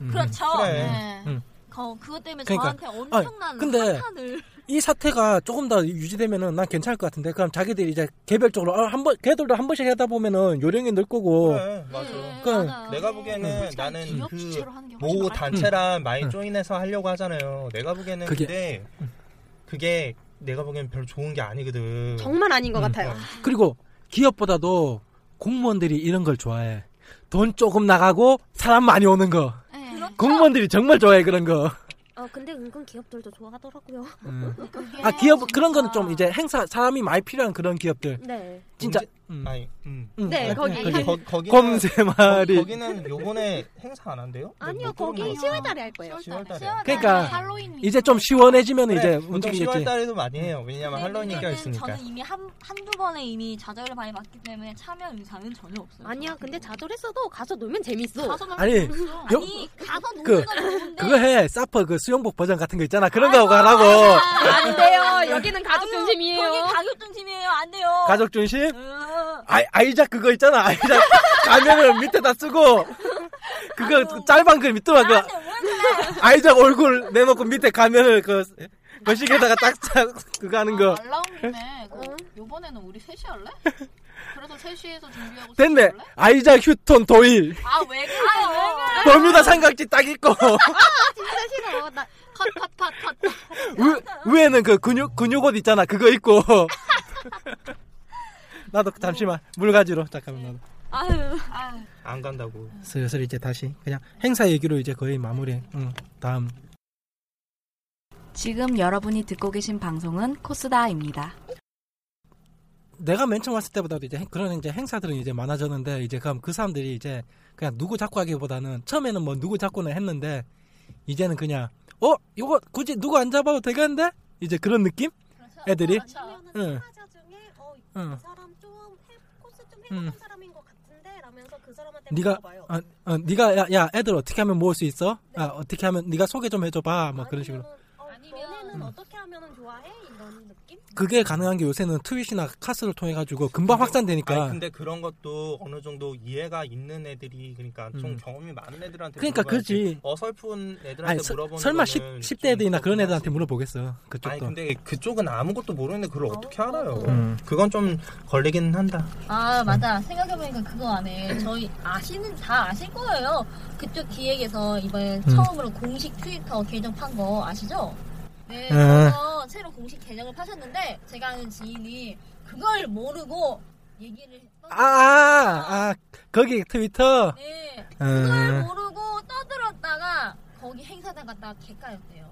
음.
그렇죠.
그래.
네.
응.
거, 그것 때문에
그러니까,
저한테 엄청난
아니, 근데
사탄을
이 사태가 조금 더 유지되면은 난 괜찮을 것 같은데 그럼 자기들이 이제 개별적으로 아, 한번 걔들도 한 번씩 하다 보면은 요령이 늘 거고
그래, 맞아.
음,
예,
그러니까
맞아요.
내가
예.
보기에는
솔직히
나는
음, 기업
그
주체로 하는 게 훨씬
모
나을 것
단체랑 많이
응.
조인해서 하려고 하잖아요. 내가 보기에는
음, 그게-
근데 그게 내가 보기엔 별로 좋은 게 아니거든.
정말 아닌 것
음.
같아요.
그리고 기업보다도 공무원들이 이런 걸 좋아해
돈 조금 나가고 사람 많이 오는 거.
네.
공무원들이 정말 좋아해 그런 거.
어, 근데 은근 기업들도 좋아하더라고요.
음.
그게
아 기업 그런
네, 진짜
거는 좀 이제 행사 사람이 많이 필요한 그런 기업들.
네.
뭐
진짜.
문제-
음.
아니, 음.
음.
네, 거기.
거, 거기는
곰 세 마리.
거기는 요번에 행사 안 한대요?
아니요,
뭐
못 들어본
거기
것
10월 달에 할 거예요.
10월
10월달에
달에.
그러니까
할로윈
이제 좀 시원해지면
같아요.
이제
네, 보통
움직이겠지.
10월 달에도 많이 해요. 왜냐면
근데
네,
할로윈이가
문제는
있으니까.
저는 이미 한, 한두 번에 이미 좌절을 많이 받기 때문에 참여 의사는 전혀 없어요.
아니야, 근데 좌절했어도 가서 놀면 재밌어.
가서 놀
아니, 여-
어,
아니 가서 노는
그-
건 좋은데
그거 해. 사퍼 그 수영복 버전 같은 거 있잖아. 그런 거 하라고.
안 돼요. 여기는 가족
거기
중심이에요.
가격중 팀이에요. 안 돼요.
가족 중심.
으,
아이 아이작 그거 있잖아. 아이작 가면을 밑에다 쓰고 그거 짧은 그 밑에만 그
나한테 오해잖아.
아이작 얼굴 내놓고 밑에 가면을 그 거시기에다가 딱딱 그거 하는 거.
말 나온 김에 그 요번에는 우리 셋이 할래? 그래서 셋이에서 준비하고
됐네.
셋이 할래?
아이작 휴톤 도일.
아왜 그래요?
버뮤다 삼각지 딱 있고
진짜 싫어. 나
컷컷컷컷
위, 위에는 그 근육 근육 옷 있잖아. 그거 입고. 나도 그 잠시만 물가지로 잠깐만 나도.
아유.
아유
안 간다고.
슬슬 이제 다시 그냥 행사 얘기로 이제 거의 마무리. 응. 다음.
지금 여러분이 듣고 계신 방송은 코스다입니다.
내가 맨 처음 왔을 때보다도 이제 행- 그런 이제 행사들은 이제 많아졌는데 이제 그럼 그 사람들이 이제 그냥 누구 잡고 하기보다는 처음에는 뭐 누구 잡고는 했는데 이제는 그냥 어 이거 굳이 누구 안 잡아도 되겠는데 이제 그런 느낌? 애들이 응.
사자 중에 어,
응.
그 사람 좀 해, 코스 좀
음.
해본 사람인 것 같은데 라면서 그 사람한테
네가
물어봐요.
어, 어, 네가 야, 야 애들 어떻게 하면 모을 수 있어? 아, 어떻게 하면 네가 소개 좀 해줘봐 뭐 그런 식으로
아니면은, 어,
아니면-
너네는
음.
어떻게 하면 좋아해? 이런 느낌?
그게 가능한 게 요새는 트윗이나 카스를 통해 가지고 금방 확산되니까
아니, 근데 그런 것도 어느 정도 이해가 있는 애들이 그러니까 좀
음.
경험이 많은 애들한테
그러니까
물어봐야지.
그지.
어설픈 애들한테
아니, 서-
물어보는
설마
거는
10,
좀
10대 애들이나 그런 애들한테 물어보겠어
아니
그쪽도
근데 그쪽은 아무것도 모르는데 그걸 어떻게 알아요?
음.
그건 좀 걸리긴 한다.
아 맞아 생각해보니까 그거 안에 저희 아시는 다 아실 거예요. 그쪽 기획에서 이번에 처음으로 공식 트위터 계정 판 거 아시죠? 네.
아.
그래서 새로 공식 계정을 파셨는데 제가 아는 지인이 그걸 모르고 얘기를 했던.
아, 아, 아, 거기 트위터.
네. 그걸
음,
모르고 떠들었다가 거기 행사장 갔다가 개까였대요.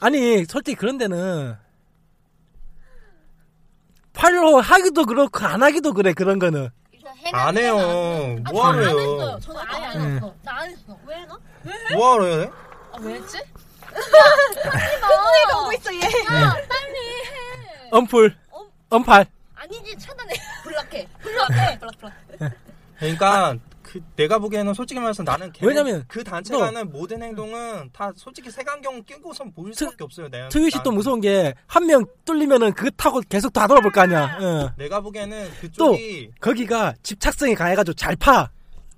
아니, 솔직히 그런 데는 팔로 하기도 그렇고 안 하기도 그래 그런 거는.
안 해요.
아,
뭐
저는 안
하러요?
했어요. 저는 아예 안 했어. 나 안 했어. 왜 너?
뭐 하러요? 해?
아, 왜지?
나
하고 있어 얘.
야, 빨리
네.
해.
엄풀,
엄-
엄팔.
아니지 차단해. 블락해. 블락해. 블락 블락.
그러니까 그 내가 보기에는 솔직히 말해서 나는 걔네-
왜냐면
그 단체가 하는 모든 행동은 다 솔직히 색안경 끼고선 보일 수밖에 없어요. 내
트윗이 또 무서운 게 한 명 뚫리면은 그 타고 계속 다 돌아볼 거 아니야. 응.
내가 보기에는 그쪽이
거기가 집착성이 강해가지고 잘 파.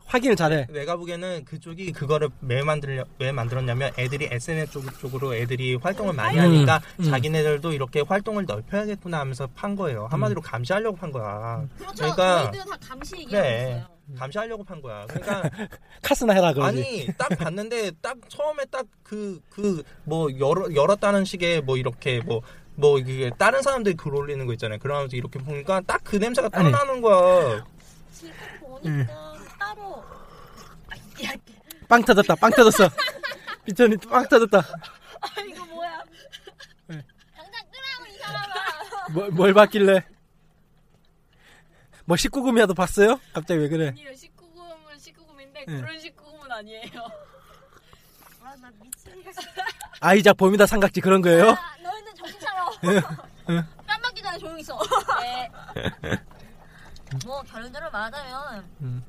확인을 잘해.
내가 보기에는 그쪽이 그거를 왜 만들려 왜 만들었냐면 애들이 SNS 쪽, 쪽으로 애들이 활동을 많이
음,
하니까
음.
자기네들도 이렇게 활동을 넓혀야겠구나 하면서 판 거예요.
음.
한마디로 감시하려고 판 거야.
그렇죠.
그러니까-
저희도 다 감시 얘기하고
그래.
있어요.
감시하려고 판 거야. 그러니까
카스나 해라 그러지.
아니 딱 봤는데 딱 처음에 딱 그 그 뭐 열어 열었다는 식의 뭐 이렇게 뭐 뭐 이게 다른 사람들이 글 올리는 거 있잖아요. 그러면서 이렇게 보니까 딱 그 냄새가 딱
아니.
나는 거야.
지금 보니까 따로
빵 터졌다. 빵 터졌어. 비천이 빵 터졌다.
아,
이거 뭐야?
네.
당장 끄라고 이 사람아.
뭘, 뭘 봤길래? 뭐 19금이라도 봤어요? 갑자기 왜 그래? 예.
아니요 19금은 19금인데
응.
그런 19금은 아니에요
아나 미친.
아이작 봄이다 삼각지 그런 거예요?
아, 너희들 정신 차려. 뺨 맞기 전에 조용히 있어. 네. 뭐 결론적으로 말하자면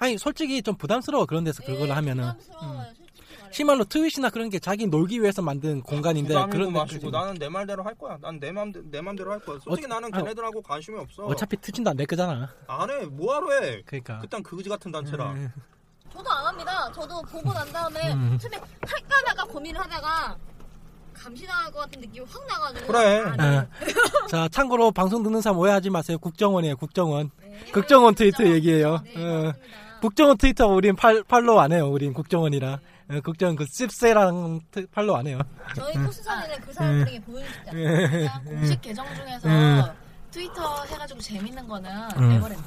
아니 솔직히 좀 부담스러워 그런 데서 그걸
예,
하면은
음.
부담스러워요, 솔직히 말해.
시말로 트윗이나 그런 게 자기 놀기 위해서 만든 공간인데
부담이고
네, 그런 데
마시고 나는 내 말대로 할 거야. 난 내 맘 내 맘대로 할 거야. 솔직히
어,
나는
아니,
걔네들하고 관심이 없어.
어차피 트진도 안 될 거잖아.
안 해. 뭐하러 해?
그러니까.
그딴 그지 같은 단체라.
음.
저도 안 합니다. 저도 보고 난 다음에
음.
처음에 할까 말까 고민을 하다가 감시당할 것 같은 느낌이 확 나가지고 아,
그래.
안 해요.
예. 자 참고로 방송 듣는 사람 오해하지 마세요. 국정원이에요. 국정원. 국정원 트위터 얘기예요.
네,
어.
맞습니다.
국정원 트위터 우린 팔, 팔로우 안 해요. 우린 국정원이라. 어, 국정원 그 씹세랑 트- 팔로우 안 해요.
음.
저희 코스사에는 그 사람들에게 보여주자.
그냥 공식 계정 중에서
응.
트위터 해가지고 재밌는 거는
음.
에버랜드.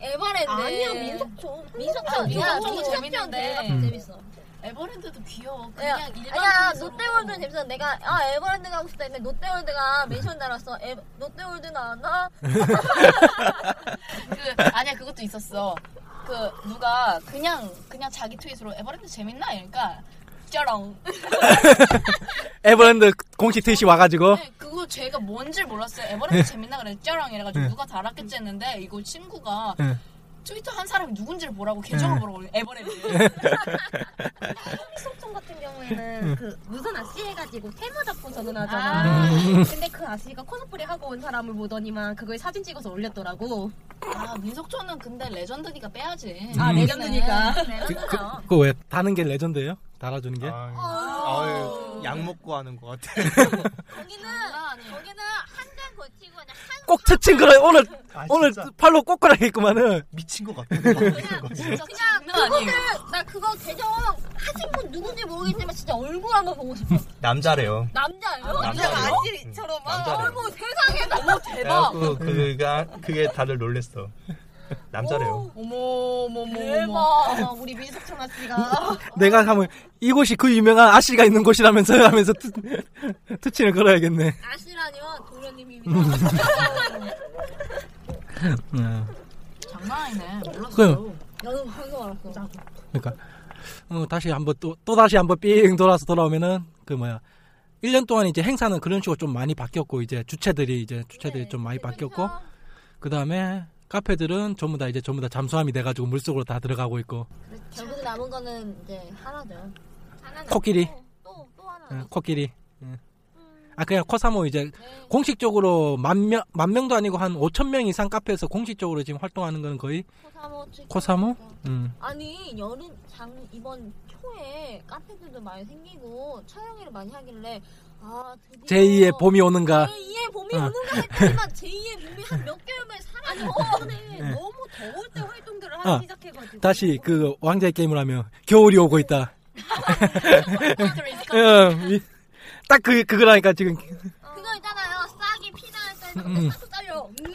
에버랜드.
아니야 민속촌
민속촌이야.
아니야,
저거
저거
재밌는데.
재밌는데.
음. 재밌어.
에버랜드도 귀여워.
야,
그냥 일반
아니야
풍선으로.
롯데월드는 재밌어. 내가 아 에버랜드 가고 싶다 했는데 롯데월드가 멘션 달았어. 에, 롯데월드 나왔나?
그 아니야 그것도 있었어. 그 누가 그냥 그냥 자기 트윗으로 에버랜드 재밌나 이러니까 쩌렁.
에버랜드 공식 트윗이 와가지고
네, 그거 죄가 뭔지 몰랐어요.
네.
에버랜드 재밌나 그래 쩌렁 이래가지고 누가 달았겠지 했는데 이거 친구가
네.
트위터 한 사람이 누군지를 보라고 계정을
네.
보라고 에버랜드.
민속촌 같은 경우에는 그 무선 아씨 해가지고 테마 작품 전환하잖아
아.
근데 그 아씨가 코스프레 하고 온 사람을 보더니만 그걸 사진 찍어서 올렸더라고
아 민석촌은 근데 레전드니까 빼야지.
아 레전드니까
멘션이요.
그거 왜 다는 게 레전드예요? 달아주는 게?
아유, 약 먹고 하는 것 같아.
거기는
장난 아니에요.
거기는 한장 거치고 그냥 한
꼭 트친 그런 오늘
아,
오늘
진짜
팔로 꼬꾸라겠구만은
미친 것 같아.
진짜 장난 아니에요.
그거는 나 그거 계정 하신 분 누군지 모르겠지만 진짜 얼굴 한번 보고 싶어.
남자래요.
아, 남자예요?
남자래요.
아씨처럼
막. 남자래요.
어머 세상에 나
네, 어,
대박.
그래갖고 그가 그게 다들 놀랬어. 남자래요.
어머 어머 어머.
대박. 어머, 우리 민석촌 아씨가
내가 하면 이곳이 그 유명한 아씨가 있는 곳이라면서 하면서 트, 트친을 걸어야겠네.
아씨라니요 도련님입니다.
장난 아니네. 몰랐어.
그래요.
나도 방금 알았어.
그러니까 어, 다시 한번 또, 또 다시 한번 삥 돌아서 돌아오면은 그 뭐야 1년 동안 이제 행사는 그런 식으로 좀 많이 바뀌었고 이제 주체들이 이제 주체들이
네,
좀 많이 바뀌었고 그 다음에 카페들은 전부 다 이제 전부 다 잠수함이 돼가지고 물속으로 다 들어가고 있고
결국 남은 거는 이제 하나죠. 하나는
코끼리.
또또 또 음, 하나.
예, 코끼리 예. 아 그냥 코사모 이제
네,
공식적으로 만명만 명도 아니고 한 5천 명 이상 카페에서 공식적으로 지금 활동하는 거는 거의
코사모 치.
코사모? 음.
아니 여름 장 이번 초에 카페들도 많이 생기고 촬영일을 많이 하길래 아 드디어
제2의 봄이 오는가
제2의 봄이
어.
오는가 했지만 제2의 봄이 한 몇 개월 만에 어, 사라졌네.
너무 더울 때 활동들을 하기
아,
시작해가지고
다시 그 왕자의 게임을 하면 겨울이 오고 있다 어, 딱 그 그거라니까 지금
그거 있잖아요. 싹이 피자 쌀쌀 쌀려. 음.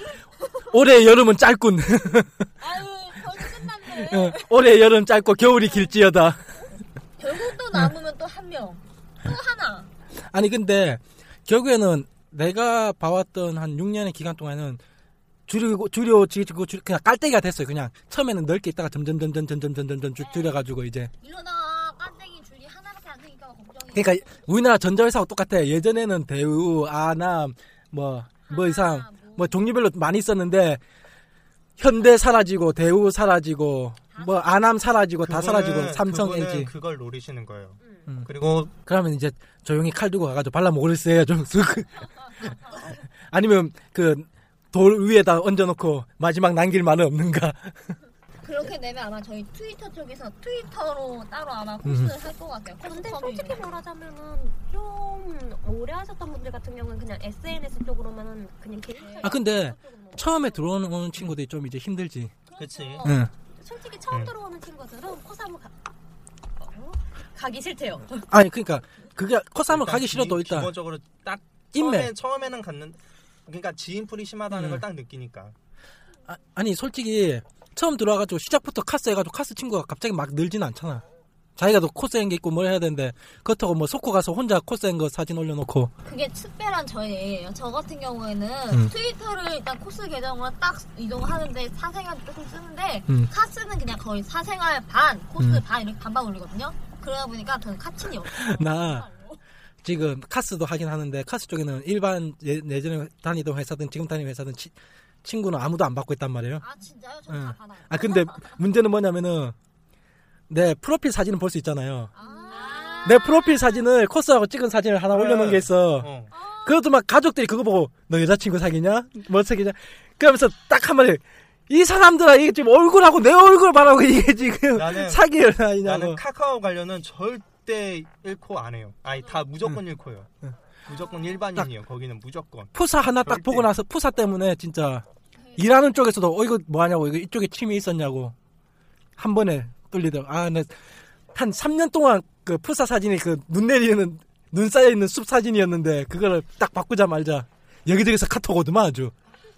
올해 여름은 짧군
아유 벌써 끝났네.
어, 올해 여름 짧고 겨울이 길지어다
결국 또 남으면 또 한 명. 또 하나.
아니 근데 결국에는 내가 봐왔던 한 6년의 기간 동안은 줄이고 줄여 지고 줄 그냥 깔때기가 됐어요. 그냥 처음에는 넓게 있다가 점점 점점 점점 점점 점점 줄 줄여가지고 이제
이러다가 깜짝이 줄이 하나밖에 안 생길까 봐 걱정이.
그러니까 우리나라 전자회사와 똑같아. 예전에는 대우, 아남, 뭐, 뭐 이상, 뭐 종류별로 많이 있었는데, 현대 사라지고, 대우 사라지고, 뭐 아남 사라지고, 다 사라지고, 삼성,
그거는
LG.
그걸 노리시는 거예요.
음.
그리고
그러면 이제 조용히 칼 들고 가가지고 발라먹을세요. 좀 쓱. 아니면 그 돌 위에다 얹어놓고 마지막 남길 말은 없는가.
그렇게 되면 아마 저희 트위터 쪽에서 트위터로 따로
음.
아마 코스를 할 것 같아요.
근데
컨펌이.
솔직히 말하자면은 좀 오래 하셨던 분들 같은 경우는 그냥 SNS 쪽으로만은 그냥
네.
개인
아 근데
쪽으로만 뭐
처음에 들어오는 친구들이 좀 이제 힘들지.
그치.
응.
솔직히 처음
네.
들어오는 친구들은 코사무 가... 어? 가기 싫대요.
아니 그러니까 그게 코삼을 가기
일단
싫어도
기-
일단
기본적으로 딱
인맥.
처음에, 처음에는 갔는데 그러니까 지인풀이 심하다는
음.
걸 딱 느끼니까.
아, 아니 솔직히 처음 들어와가지고 시작부터 카스 해가지고 카스 친구가 갑자기 막 늘진 않잖아. 자기가도 코스인 게 있고 뭘 해야 되는데 그렇다고 뭐 소코 가서 혼자 코스인 거 사진 올려놓고
그게 특별한 저예요. 저 같은 경우에는
음.
트위터를 일단 코스 계정으로 딱 이동하는데 사생활 조금 쓰는데
음.
카스는 그냥 거의 사생활 반, 코스
음.
반 이렇게 반반 올리거든요. 그러다 보니까 저는 카친이 없어요.
나 지금 카스도 하긴 하는데 카스 쪽에는 일반 예, 예전에 다니던 회사든 지금 다니는 회사든 치- 친구는 아무도 안 받고 있단 말이에요.
아 진짜요? 저는
응.
다 받아요.
아 근데 문제는 뭐냐면은 내 프로필 사진은 볼 수 있잖아요.
아.
내 프로필 사진을 코스하고 찍은 사진을 하나 올려놓은 게 있어.
어.
그래도 막 가족들이 그거 보고 너 여자친구 사귀냐? 뭐 사귀냐? 그러면서 딱 한 마디 이 사람들아 이게 지금 얼굴하고 내 얼굴 말하고 이게 지금
나는-
사기를 하냐고.
나는 카카오 관련은 절대 잃고 안 해요. 아니 다
음.
무조건 잃고요.
응.
무조건 일반인이요. 거기는 무조건.
푸사 하나 딱
절대.
보고 나서 푸사 때문에 진짜 일하는 쪽에서도 어 이거 뭐하냐고 이거 이쪽에 취미 있었냐고 한 번에 뚫리더라고. 아한 3년 동안 그 푸사 사진이 그 눈 내리는 눈 쌓여 있는 숲 사진이었는데 그거를 딱 바꾸자 말자 여기저기서 카톡 오더만 아주.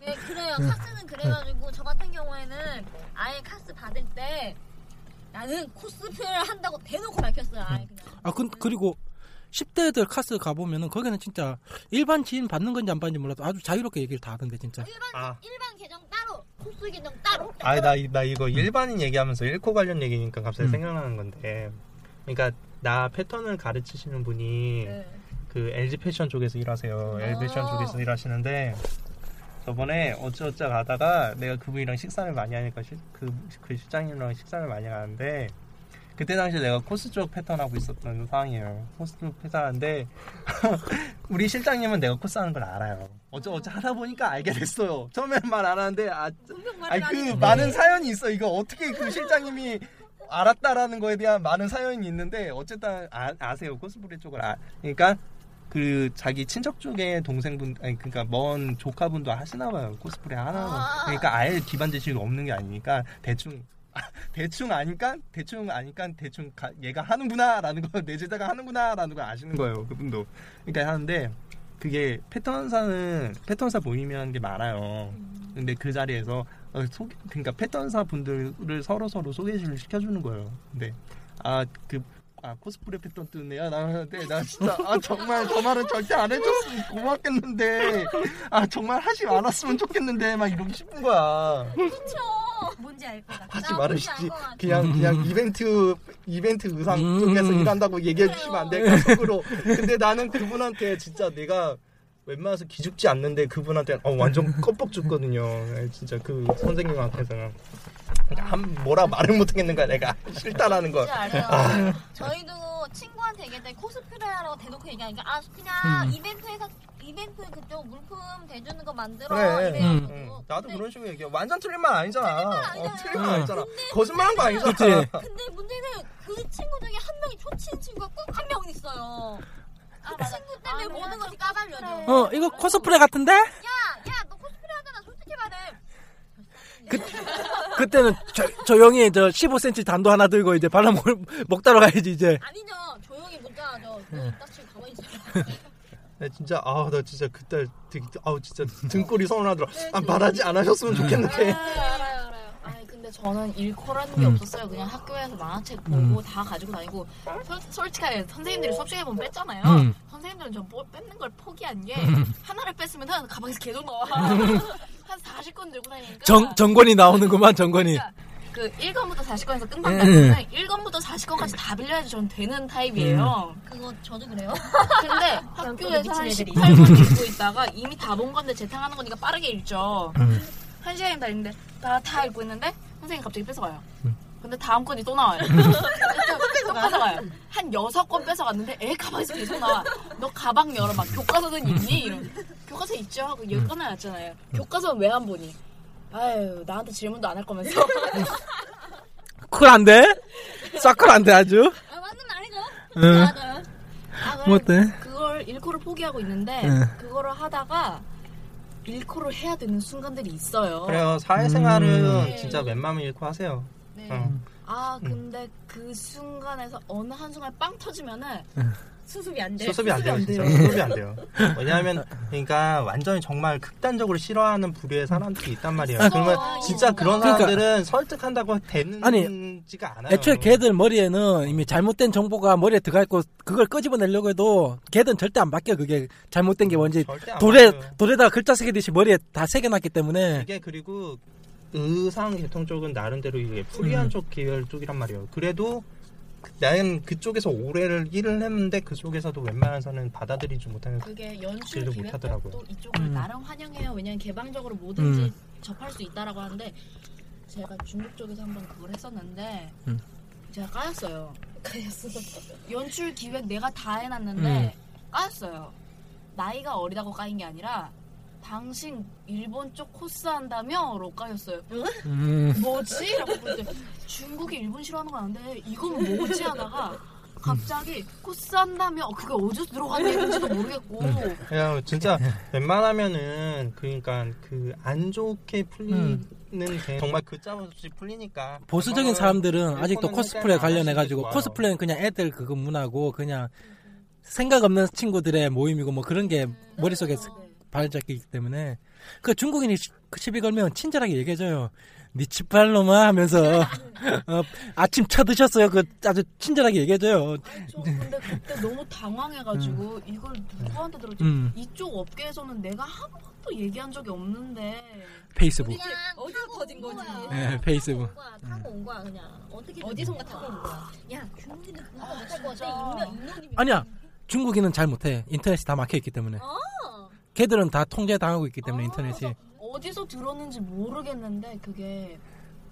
예, 그래요. 카스는 그래가지고 저 같은 경우에는 아예 카스 받을 때 나는 코스프레를 한다고 대놓고 밝혔어요. 아예 그냥.
아,
네.
그, 그리고 10대들 카스 가보면은 거기는 진짜 일반 지인 받는 건지 안 받는지 몰라도 아주 자유롭게 얘기를 다 하던데, 진짜.
아,
일반 계정 따로, 코스 계정 따로.
아, 나, 이- 나 이거 일반인 얘기하면서 1코 관련 얘기니까 갑자기
음.
생각나는 건데. 그러니까 나 패턴을 가르치시는 분이
네.
그 LG 패션 쪽에서 일하세요. LG 패션
아.
쪽에서 일하시는데 저번에 어쩌어쩌 가다가 내가 그분이랑 식사를 많이 하니까 실- 그, 그 실장님이랑 식사를 많이 가는데 그때 당시에 내가 코스 쪽 패턴 하고 있었던 상황이에요. 코스 쪽 패턴 하는데 우리 실장님은 내가 코스 하는 걸 알아요. 어쩌어쩌 하다 보니까 알게 됐어요. 처음엔 말 안 하는데 아,
분명
아니
말을 안
그
했는데.
많은 사연이 있어. 이거 어떻게 그 실장님이 알았다라는 거에 대한 많은 사연이 있는데 어쨌든 아, 아세요 코스프레 쪽을 아 그러니까 그 자기 친척 쪽에 동생분 아니 그러니까 먼 조카분도 하시나 봐요 코스프레 하나
아.
그러니까 아예 기반 지식이 없는 게 아니니까 대충 아, 대충 아니까 대충 아니까 대충 가- 얘가 하는구나라는 걸 내 제자가 하는구나라는 걸 아시는 거예요 그분도 그러니까 하는데 그게 패턴사는 패턴사 모임이라는 게 많아요 근데 그 자리에서 어, 소개, 그러니까 패턴사 분들을 서로 서로 소개를 시켜주는 거예요. 근데 아그 아, 코스프레 패턴 뜨네요. 아, 나한테 나 진짜 아 정말 저 말은 절대 안 해줬으면 고맙겠는데 아 정말 하지 말았으면 좋겠는데 막 이러고 싶은 거야.
뭔지 알 것 같아.
하지
나 뭔지 알
말으시지.
것 같아.
그냥 그냥 이벤트 이벤트 의상
음.
쪽에서 일한다고 얘기해 주시면 안 될까 속으로. 근데 나는 그분한테 진짜 내가 웬만해서 기죽지 않는데 그분한테 어, 완전 껌뻑 죽거든요. 진짜 그 선생님한테서는 그러니까 한 뭐라 말을 못 하겠는 거야 내가 싫다라는 걸.
뭔지 알아요. 저희도 친구한테 얘기할 때 코스프레 하라고 대놓고 얘기하니까 아 그냥 이벤트 회사 이벤트 그쪽 물품 대주는 거 아, 만들어
그래.
음.
이래가지고 음.
응. 음. 나도
근데,
그런 식으로 얘기해. 완전 틀린 말 아니잖아.
틀린 말 아니잖아. 음.
어, 틀린 말 아니잖아.
근데
거짓말한 거 아니잖아.
그치.
근데 문제는 그 친구 중에 한 명이 초치는 친구가 꼭 한 명 있어요 아 맞아 친구 때문에 모든 것이 까발려져
어, 이거 코스프레 같은데?
야야너 코스프레 하잖아 솔직히 말해
그, 그때는 조, 조용히 저 15cm 단도 하나 들고 이제 발라먹을, 먹다로 가야지, 이제.
아니죠 조용히 못 자죠
네.
딱 지금 가만히 있어
나 진짜 아 나 진짜 그때 되게 아우 진짜 등골이 서운하더라.
네,
아 말하지 안 하셨으면 좋겠는데.
알아요, 알아요. 아니 근데 저는 일코라는
음.
게 없었어요. 그냥 학교에서 만화책 보고 다 가지고 다니고 솔, 솔직하게 선생님들이 수업 시간에 보면 뺐잖아요.
어,
음.
선생님들은 좀 뽀- 뺏는 걸 포기한 게 하나를 뺐으면 은 가방에서 계속 넣어. 한 40권 들고 다니니까.
음. 정, 정권이 나오는구만, 정권이.
그러니까 그 1권부터 40권에서
음.
끝났다면 1권부터 40권까지 다 빌려야지 저는 되는 타입이에요.
음.
그거 저도 그래요
근데
미친
학교에서 한
애들이.
18분 읽고 있다가 이미 다 본 건데 재탕하는 거니까 빠르게 읽죠.
음.
한 시간이 다 읽는데 다, 다 읽고 있는데 선생님이 갑자기 뺏어가요. 근데 다음 건이 또 나와요. 또 뺏어가요. 한 여섯 권 뺏어갔는데 애 가방에서 계속 나와. 너 가방 열어. 막 교과서는 있니? 이런. 교과서 있죠 하고 열 꺼내놨잖아요. 교과서는 왜 안 보니? 아유 나한테 질문도 안 할 거면서.
그걸 안 돼? 싹걸 안 돼, 아주?
아, 맞는 말이죠
응.
맞아요
아, 그래.
뭐 어때?
그걸 일코를 포기하고 있는데
네.
그거를 하다가 일코를 해야 되는 순간들이 있어요.
그래요. 사회생활은
음.
진짜 웬만하면 잃고 하세요.
네.
어.
아 근데 그 순간에서 어느 한 순간 빵 터지면은 수습이 안
네,
돼.
수습이 안 돼요, 진짜. 수습이 안 돼요. 왜냐하면, 그러니까 완전히 정말 극단적으로 싫어하는 부류의 사람들이 있단 말이에요.
있어.
그러면 진짜 그런
음. 그러니까-
사람들은 설득한다고 되는지가 않아요.
애초에 걔들 머리에는 이미 잘못된 정보가 머리에 들어가 있고 그걸 끄집어내려고 해도 걔들은 절대 안 바뀌어 그게 잘못된 게 뭔지
절대 안
돌에
바뀌어요.
돌에다가 글자 새기듯이 머리에 다 새겨놨기 때문에
이게 그리고 의상 계통 쪽은 나름대로 이게
음.
프리한 쪽 계열 쪽이란 말이에요. 그래도 나는 그쪽에서 올해를 일을 했는데 그쪽에서도 웬만해서는 받아들이지 못하는
그게 연출
질도 못하더라고요.
기획도 이쪽을
음.
나름 환영해요. 왜냐면 개방적으로 뭐든지
음.
접할 수 있다라고 하는데 제가 중국 쪽에서 한번 그걸 했었는데
음.
제가 까였어요. 까였어. 연출 기획 내가 다 해놨는데
음.
까였어요. 나이가 어리다고 까인 게 아니라 당신 일본 쪽 코스 한다며로 까였어요.
음,
뭐지? 라고 그랬더니 중국이 일본 싫어하는 건 아는데 이건 뭐지? 하다가 갑자기 코스 한다며 그게 어디서 들어갔냐 했는지도 모르겠고
음.
그냥 진짜 웬만하면은 그러니까 그 안 좋게 풀리는 게 정말 그 짬없이 풀리니까
음. 보수적인 사람들은 아직도
일본은 일단
코스프레
안
관련해 가지고
하시는 게그 좋아요.
코스프레는 그냥 애들 그거 문화고 그냥 생각 없는 친구들의 모임이고 뭐 그런 게 머릿속에 발잡기이기 때문에 그 중국인이 시- 그 시비 걸면 친절하게 얘기해줘요. 니치팔로마 하면서 어, 아침 쳐드셨어요. 그 아주 친절하게 얘기해줘요.
저 근데 그때 너무 당황해가지고 이걸 누구한테 들었지?
네. 음.
이쪽 업계에서는 내가 한 번도 얘기한 적이 없는데
페이스북.
어디서 터진 거지?
예, 페이스북.
타고 온 거야 그냥. 어떻게 어디선가 타고 온 거야. 야 중국인들 그거 타고 내 인명 인원이
아니야. 중국인은 잘 못해. 인터넷이 다 막혀있기 때문에. 걔들은 다 통제당하고 있기 때문에 인터넷이.
어디서 들었는지 모르겠는데 그게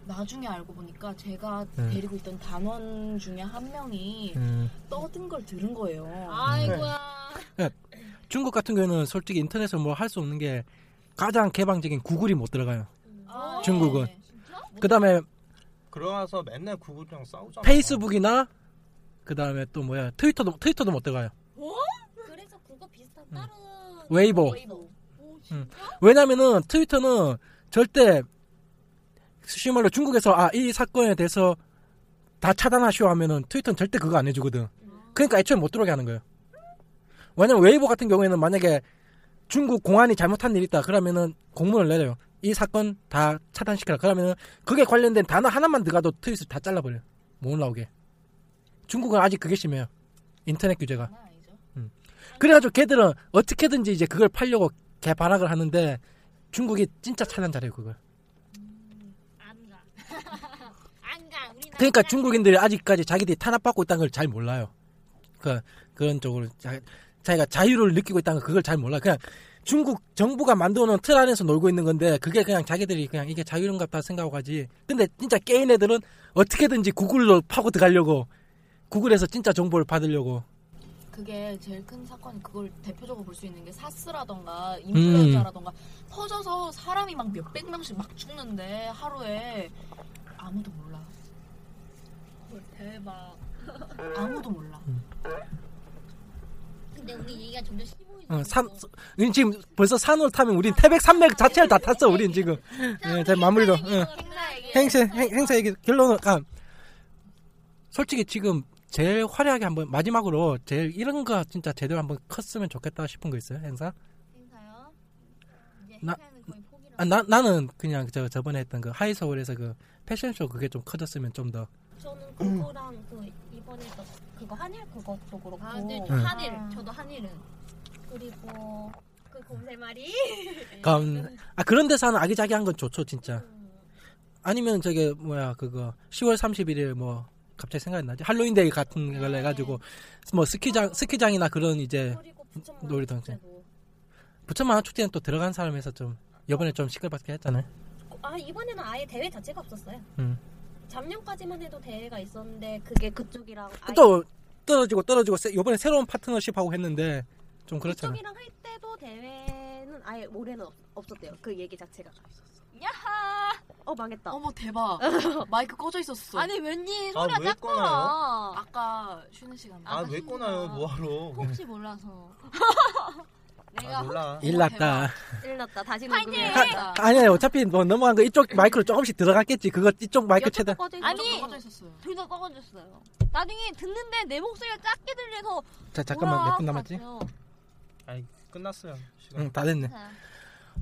나중에 알고 보니까 제가
음.
데리고 있던 단원 중에 한 명이
음.
떠든 걸 들은 거예요.
아이고야.
중국 같은 경우는 솔직히 인터넷을 뭐 할 수 없는 게 가장 개방적인 구글이 못 들어가요.
아,
중국은.
네.
그 다음에
그러면서 맨날 구글이랑 싸우잖아.
페이스북이나 그 다음에 또 뭐야 트위터도 트위터도 못 들어가요.
그래서 그거 비슷한 뭐, 다른
웨이보.
웨이보.
왜냐면은 트위터는 절대 쉽게 말로 중국에서 아 이 사건에 대해서 다 차단하시오 하면은 트위터는 절대 그거 안 해주거든. 그러니까 애초에 못 들어오게 하는 거예요. 왜냐면 웨이보 같은 경우에는 만약에 중국 공안이 잘못한 일이 있다 그러면은 공문을 내려요. 이 사건 다 차단시켜라. 그러면은 그게 관련된 단어 하나만 들어가도 트윗을 다 잘라버려요. 못 올라오게. 중국은 아직 그게 심해요. 인터넷 규제가. 음.
장난 아니죠?
그래가지고 걔들은 어떻게든지 이제 그걸 팔려고 개발학을 하는데 중국이 진짜 차단 잘해요 그걸.
안 가. 안 가. 우리나라.
그러니까 중국인들이 아직까지 자기들이 탄압받고 있다는 걸 잘 몰라요. 그 그런 쪽으로 자, 자기가 자유를 느끼고 있다는 걸 그걸 잘 몰라. 요 그냥 중국 정부가 만들어놓은 틀 안에서 놀고 있는 건데 그게 그냥 자기들이 그냥 이게 자유인 같다 생각하고 가지. 근데 진짜 게인 애들은 어떻게든지 구글로 파고 들어가려고 구글에서 진짜 정보를 받으려고.
그게 제일 큰 사건이 그걸 대표적으로 볼 수 있는 게 사스라던가 인플루엔자라던가 퍼져서 사람이 막 몇백 명씩 막 죽는데 하루에 아무도 몰라.
대박.
아무도 몰라.
근데 우리 얘기가 점점 심오해지.
어, 산, 우린 지금 벌써 산을 타면 우린 태백 산맥 자체를 다 탔어. 우린 지금. 예, 자, 마무리로. 예.
행사 얘기.
행사 행, 행사 얘기 결론은 아, 솔직히 지금 제일 화려하게 한번 마지막으로 제일 이런 거 진짜 제대로 한번 컸으면 좋겠다 싶은 거 있어요 행사?
행사요? 이제
나-
행사는 거의 포기라.
아, 나 나는 그냥 저 저번에 했던 그 하이 서울에서 그 패션쇼 그게 좀 커졌으면 좀 더
저는 그거랑 그 이번에 또 그거 한일 그것도 그렇고
아, 근데
응.
한일. 저도 한일은.
그리고 그 곰새말이
감. 아 그런 데서 하는 아기자기한 건 좋죠 진짜. 아니면 저게 뭐야 그거 10월 31일 뭐 갑자기 생각이 나지 할로윈데이 같은 걸 해가지고 뭐 스키장 스키장이나 그런 이제
그리고 부천만
네. 놀이동산. 부천만화 축제는 또 들어간 사람에서 좀 이번에 좀 시끌밖에 했잖아요.
아 이번에는 아예 대회 자체가 없었어요.
음.
작년까지만 해도 대회가 있었는데 그게 그쪽이랑 아예
또 떨어지고 떨어지고 세- 이번에 새로운 파트너십 하고 했는데 좀 그렇잖아.
그쪽이랑 할 때도 대회는 아예 올해는 없, 없었대요. 그 얘기 자체가.
야하.
어 망했다.
음.
어머 대박. 마이크 꺼져 있었어.
아니 왠지
아,
소리가
왜
작
꺼나요?
돌아.
아까 쉬는 시간에
아 왜 꺼나요? 뭐하러?
혹시 몰라서.
아
내가
몰라.
일났다.
일났다. 다시
파이팅!
녹음해.
아,
아니야 어차피 뭐 넘어간 거 이쪽 마이크로 조금씩 들어갔겠지. 그거 이쪽 마이크 최대.
꺼져 있는
아니!
거.
꺼져 있었어요.
둘다 썩어졌어요. 나중에 듣는데 내 목소리가 작게 들려서
자 잠깐만 몇 분 남았지?
아,
아니 끝났어요. 시간.
응 다 됐네.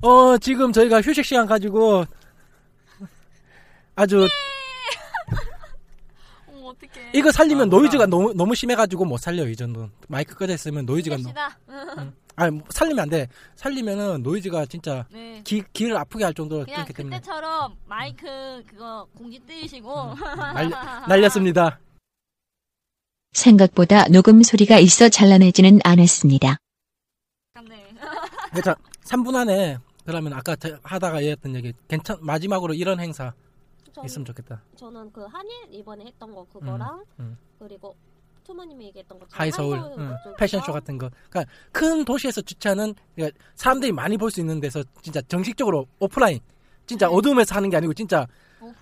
어 지금 저희가 휴식 시간 가지고 아주
어머 어떡해.
이거 살리면
아, 뭐야.
노이즈가 너무 너무 심해가지고 못 살려 이 정도. 마이크 꺼져 있으면 노이즈가 너무.
시다.
아 살리면 안 돼. 살리면은 노이즈가 진짜
네.
귀 귀를 아프게 할 정도로
그냥
그렇기 때문에
그때처럼 마이크 그거 공지 뜨시고
음. 날, 날렸습니다.
생각보다 녹음 소리가 있어 잘라내지는 않았습니다.
네.
그러니까 3분 안에 그러면 아까 제- 하다가 얘기했던 얘기 괜찮 마지막으로 이런 행사
저는-
있으면 좋겠다.
저는 그 한일 이번에 했던 거 그거랑
음.
그리고 투머님이 얘기했던 것처럼
하이서울
하이서울
응,
그쪽이랑
패션쇼 같은 거. 그러니까 큰 도시에서 주최하는 그러니까 사람들이 많이 볼 수 있는 데서 진짜 정식적으로 오프라인 진짜 어둠에서 하는 게 아니고 진짜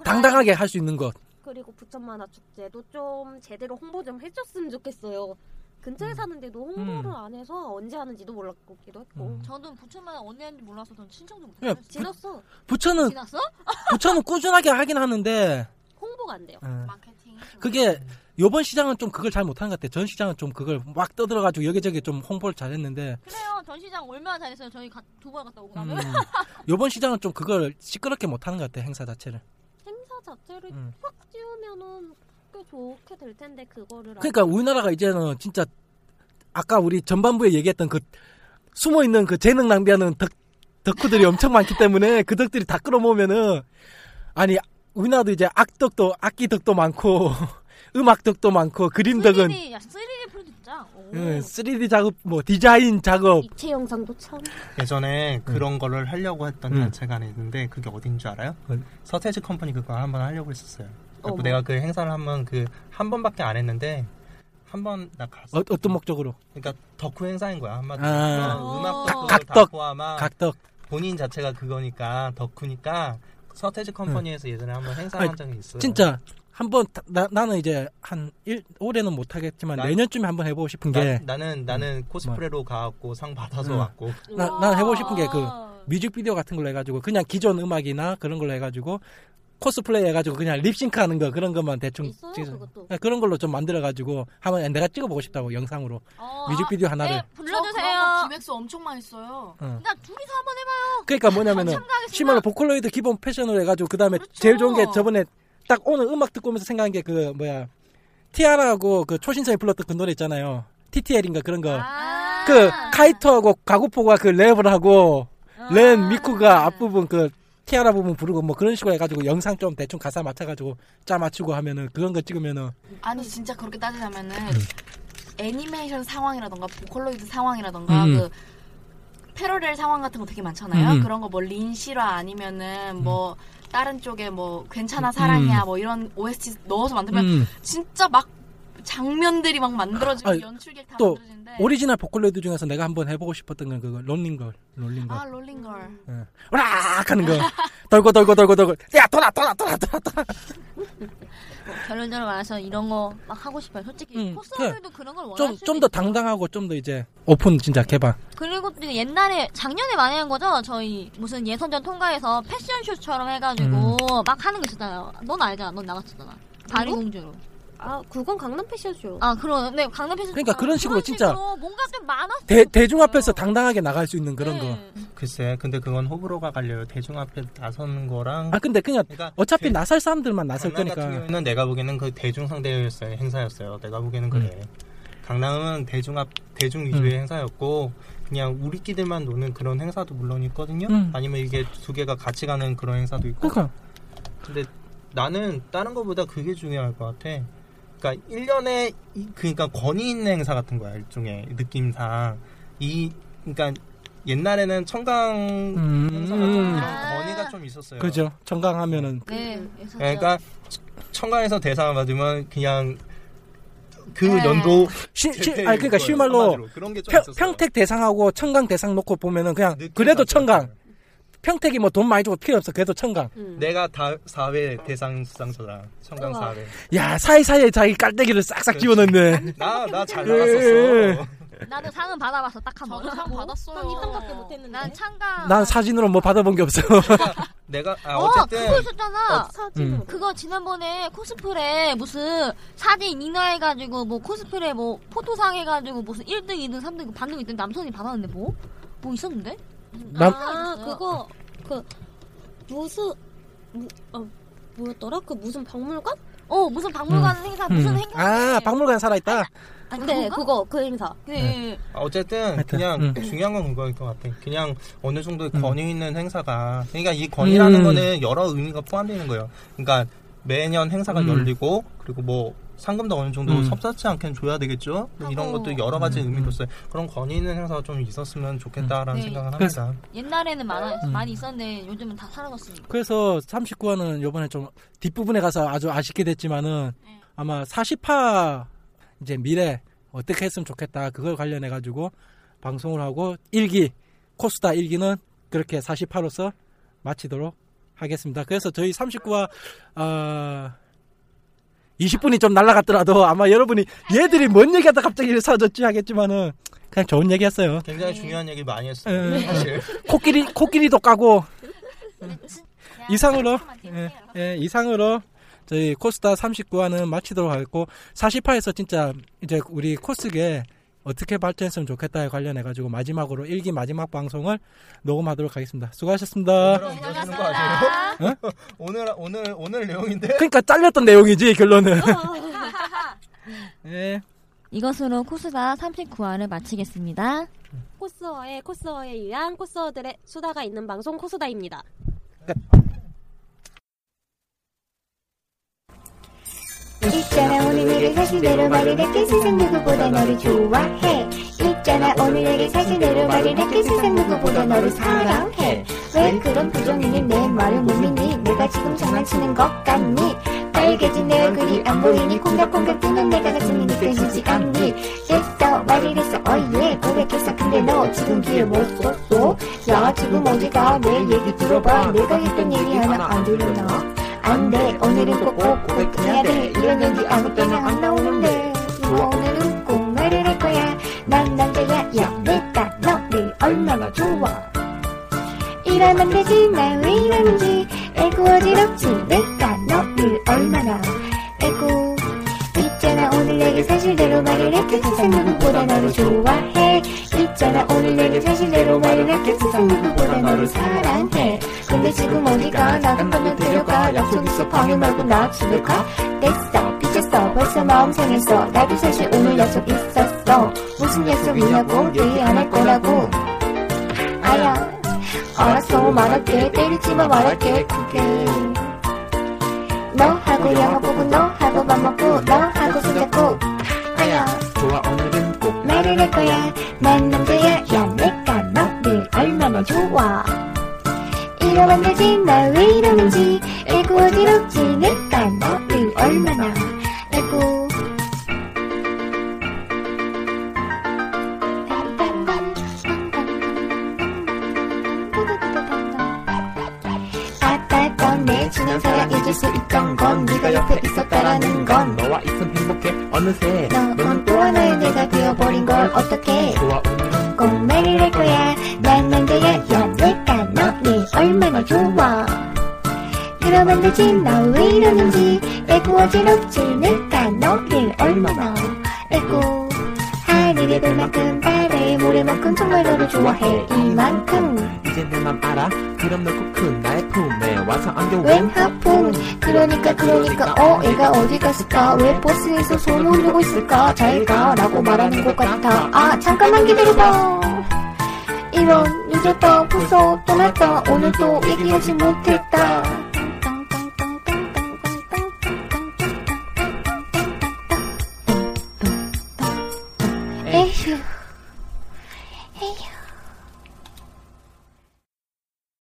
당당하게 할 수 있는 것.
어, 그리고 부천 만화 축제도 좀 제대로 홍보 좀 해줬으면 좋겠어요. 근처에
음.
사는데도 홍보를
음.
안 해서 언제 하는지도 몰랐기도 했고
음.
저도 부천만 언니 하는지 몰라서 전 신청도
예,
못했어요.
그
지났어.
부천은
지났어?
부천은 꾸준하게 하긴 하는데
홍보가 안 돼요.
음.
마케팅.
그게 요번 시장은 좀 그걸 잘 못하는 것 같아. 전 시장은 좀 그걸 막 떠들어가지고 여기저기 좀 홍보를 잘했는데
그래요. 전시장 얼마나 잘했어요. 저희 가- 두번 갔다 오고
음,
나면.
요번 시장은 좀 그걸 시끄럽게 못하는 것 같아 행사 자체를.
행사 자체를
음.
확 띄우면은 꽤 좋게 될 텐데 그거를 안-
그러니까 우리나라가 이제는 진짜 아까 우리 전반부에 얘기했던 그 숨어 있는 그 재능 낭비하는 덕 덕후들이 엄청 많기 때문에 그 덕들이 다 끌어모으면은 아니 우리나라도 이제 악덕도 악기 덕도 많고 음악 덕도 많고 그림 덕은
3D, 야, 3D 프린트장. 오.
응, 3D 작업 뭐 디자인 작업
입체 영상도 참
예전에 그런 거를 하려고 했던
음.
단체가 하나 있는데 그게 어딘 줄 알아요?
어디?
서태지 컴퍼니 그거 한번 하려고 했었어요. 그래갖고
어머.
내가 그 행사를 한번 그 한 번밖에 안 했는데 한 번 나 갔어.
어, 떤 목적으로
그러니까 덕후 행사인 거야 한마디로.
아.
그런 음악도
각-
다
각덕.
포함한
아, 각덕
본인 자체가 그거니까 덕후니까 서태지 컴퍼니에서 예전에 한번 행사를
아니,
한 적이 있어요.
진짜 한번 다- 나, 나는 이제 한 일, 올해는 못 하겠지만
난-
내년쯤에 한번 해보고 싶은
나,
게
나는 나는 코스프레로 가갖고 상 받아서
음.
왔고
나- 난 해보고 싶은 게 그- 뮤직비디오 같은 걸로 해가지고 그냥 기존 음악이나 그런 걸로 해가지고 코스플레이 해가지고 그냥 립싱크하는 거 그런 것만 대충
있어요
찍어서- 아,
그것도
그냥 그런 걸로 좀 만들어가지고 한번 내가 찍어보고 싶다고 영상으로
어,
뮤직비디오
아,
하나를
네,
어,
불러주세요.
저 그런 거 기획서 엄청 많이 써요.
어.
나 둘이서 한번 해봐요.
그러니까 뭐냐면은
어, 참가하겠습니다.
심말로 보컬로이드 기본 패션으로 해가지고 그 다음에
그렇죠.
제일 좋은 게 저번에 딱 오늘 음악 듣고 오면서 생각한 게 그 뭐야 티아라하고 그 초신성이 불렀던 그 노래 있잖아요 TTL인가 그런 거
아.
그 카이토하고 가구포가 그 랩을 하고 렌 미쿠가 앞부분 그 티아라 부분 부르고 뭐 그런 식으로 해가지고 영상 좀 대충 가사 맞춰가지고 짜 맞추고 하면은 그런 거 찍으면은
아니 진짜 그렇게 따지자면은
음.
애니메이션 상황이라던가 보컬로이드 상황이라던가
음.
그 패러렐 상황 같은 거 되게 많잖아요.
음.
그런 거 뭐 린실화 아니면은 뭐 다른 쪽에 뭐 괜찮아
음.
사랑이야 뭐 이런 OST 넣어서 만들면 진짜 막 장면들이 막 만들어지고
아니,
연출객 다
또
만들어지는데
오리지널 보컬로이드 중에서 내가 한번 해보고 싶었던 건 그거 롤링걸 롤링걸
아 롤링걸
응. 으락 하는 거 돌고 돌고 돌고 돌고 야 돌아 돌아 돌아 돌아 돌아
결론적으로 말해서 이런 거 막 하고 싶어요. 솔직히
음,
코스들도 그런 걸 원할
좀좀
수도
더 당당하고 좀 더 이제 오픈 진짜 개방
그리고 또 옛날에 작년에 많이 한 거죠. 저희 무슨 예선전 통과해서 패션쇼처럼 해가지고
음.
막 하는 거 있었잖아요. 넌 알잖아. 넌 나갔었잖아. 바리공주로.
아 그건 강남 패션쇼
아 그런 네 강남 패션.
그러니까 그런 식으로 진짜
뭔가 좀 네. 많았어.
대 대중 앞에서 당당하게 나갈 수 있는 그런 거.
글쎄 근데 그건 호불호가 갈려요. 대중 앞에 나서는 거랑
아 근데 그냥
그러니까
어차피
제-
나설 사람들만 나설
강남 같은
거니까.
경우에는 내가 보기에는 그 대중 상대였어요 행사였어요. 내가 보기에는 그래. 강남은 대중 앞 대중 위주의 행사였고 그냥 우리끼들만 노는 그런 행사도 물론 있거든요.
음.
아니면 이게 두 개가 같이 가는 그런 행사도 있고.
그러니까
근데 나는 다른 거보다 그게 중요할 것 같아. 그러니까 1년에 그러니까 권위 있는 행사 같은 거야 일종의 느낌상 이 그러니까 옛날에는 청강 행사가 좀
음.
이런
아.
권위가 좀 있었어요. 음.
그죠. 정강하면은
네.
그러니까 청강에서 대상 받으면 그냥 그
네.
연도
시, 시,
제때
아니 그러니까
거예요,
쉬운 말로
한마디로. 그런 게좀
평,
있었어요.
평택 대상하고 청강 대상 놓고 보면은 그냥
느낌이
그래도
다
청강.
들었어요. 네.
평택이 뭐 돈 많이 주고 필요 없어. 그래도 청강.
음.
내가 다 사회 대상 수상자다. 청강
우와.
사회.
야 사이사이에 자기 깔때기를 싹싹
그렇지.
집어넣네.
나나 잘
예.
나갔었어.
나도 상은 받아봤어 딱 한 번.
저도 상 받았어요.
아, 난 입상밖에 못했는데
난 참가.
네. 난 사진으로 뭐 받아본 게 없어.
내가 아,
어
어쨌든
그거 있었잖아.
사진으로
음.
그거 지난번에 코스프레 무슨 사진 인화해가지고 뭐 코스프레 뭐 포토상 해가지고 무슨 1등, 2등, 3등 반등 있던 남선이 받았는데 뭐? 뭐 있었는데?
난
아
있어요.
그거 그 무슨 무, 어, 뭐였더라 음. 그 무슨 박물관?
어 무슨 박물관 행사 무슨 행사
아 박물관 살아있다.
아니,
네 그거 그 행사
네.
아, 어쨌든
하여튼,
그냥
음.
중요한 건 그거일 것 같아. 그냥 어느 정도
음.
권위 있는 행사가 그러니까 이 권위라는
음.
거는 여러 의미가 포함되는 거예요. 그러니까 매년 행사가
음.
열리고 그리고 뭐 상금도 어느 정도
음.
섭섭치 않게 줘야 되겠죠. 뭐 이런
하고.
것도 여러 가지
음.
의미로서 그런 권위 있는 행사가 좀 있었으면 좋겠다라는
음. 네.
생각을
그래서-
합니다.
옛날에는 많아
음.
많이 있었는데 요즘은 다 사라졌으니까.
그래서 39화는 요번에 좀 뒷부분에 가서 아주 아쉽게 됐지만은 아마 40화 이제 미래 어떻게 했으면 좋겠다 그걸 관련해 가지고 방송을 하고 일기 코스다 일기는 그렇게 40화로서 마치도록 하겠습니다. 그래서 저희 39화 어, 20분이 좀 날라갔더라도 아마 여러분이 얘들이 뭔 얘기하다 갑자기 사라졌지 하겠지만은 그냥 좋은 얘기였어요.
굉장히
네.
중요한 얘기 많이 했어요.
네.
사실
코끼리 코끼리도 까고
근데 진- 그냥
이상으로
깔끔한
예,
팀이에요.
예, 이상으로 저희 코스타 39화는 마치도록 하겠고 40화에서 진짜 이제 우리 코스게 어떻게 발전했으면 좋겠다에 관련해 가지고 마지막으로 일기 마지막 방송을 녹음하도록 하겠습니다. 수고하셨습니다.
네.
오늘 이러시는 거 아니에요?
네?
오늘 오늘 오늘 내용인데
그러니까 잘렸던 내용이지 결론은. 예.
이것으로 코스다 39화를 마치겠습니다.
코스어의 코스어에 의한 코스어들의 수다가 있는 방송 코스다입니다.
있잖아 오늘 내게 사실대로 말해낼게 세상 누구보다 너를 좋아해 있잖아 오늘 내게 사실대로 말해낼게 세상 누구보다 너를 사랑해 왜 그런 부정이니 내 말을 못 믿니 내가 지금 장난치는 것 같니 빨개진 내 얼굴이 안 보이니 콩닥콩닥 뛰는 내가 가슴이 느껴지지 않니 됐어 말을 했어 어예 고백했어 근데 너 지금 귀를 못 썼어 야 지금 어디가 내 얘기 들어봐 내가 했던 얘기 하나 안 들으나 안 돼 오늘은 꼭꼭 고백해야 돼 이런 얘기 아무 때나 안 나오는데 이거 오늘은 꼭 말을 할 거야 난 남자야 야 내가 너를 얼마나 좋아 이러면 되지 나 왜 이러는지 에고 어지럽지 내가 너를 얼마나 에고 있잖아 오늘 내게 사실대로 말을 했지 세상 누구보다 너를 좋아해 있잖아 오늘 내게 사실대로 말을 했지 세상 누구보다 너를 사랑해 근데 지금 어디가 나간 건너 데려가 약속 있어 방해 말고 나 집에 가 됐어 삐쳤어 벌써 마음 상했어 나도 사실 오늘 약속 있었어 무슨 약속이냐고 얘기 안 할 거라고 아야 알았어 말할게 때리지마 말할게 그게 너하고 영화 보고 너하고 밥 먹고 너하고 손잡고 아야
좋아 오늘은 꼭
말을 할 거야 난 남자야 야 내가 너를 얼마나 좋아 이러면 되지 나 왜 이러는지 에고 어지럽지 내가 너를 얼마나 에고 아팠던 내 지난 사랑 잊을 수 있던 건 네가 옆에 있었다라는 건
너와 있음 행복해 어느새
너는 또 하나의 내가 되어버린 걸 어떡해
좋아
꼭 말을 할 거야 난 남자야 야 내가 너를 얼마나 좋아 그러면 되지 나 왜 이러는지 에고 어지럽지 내가 너를 얼마나 에고 하늘에 볼 만큼 바다에 모래만큼 정말 너를 좋아해 이만큼
이제 내 맘 알아 그럼 너 꼭 큰 나의 품에 와서 안겨
웬 하품 그러니까 그러니까 어 얘가 어디 갔을까 왜 버스에서 손 올리고 있을까 잘가 라고 말하는 것 같아 아 잠깐만 기다려봐 이런 늦었다 벌써 떠났다 오늘 또 얘기하지 못했다 에휴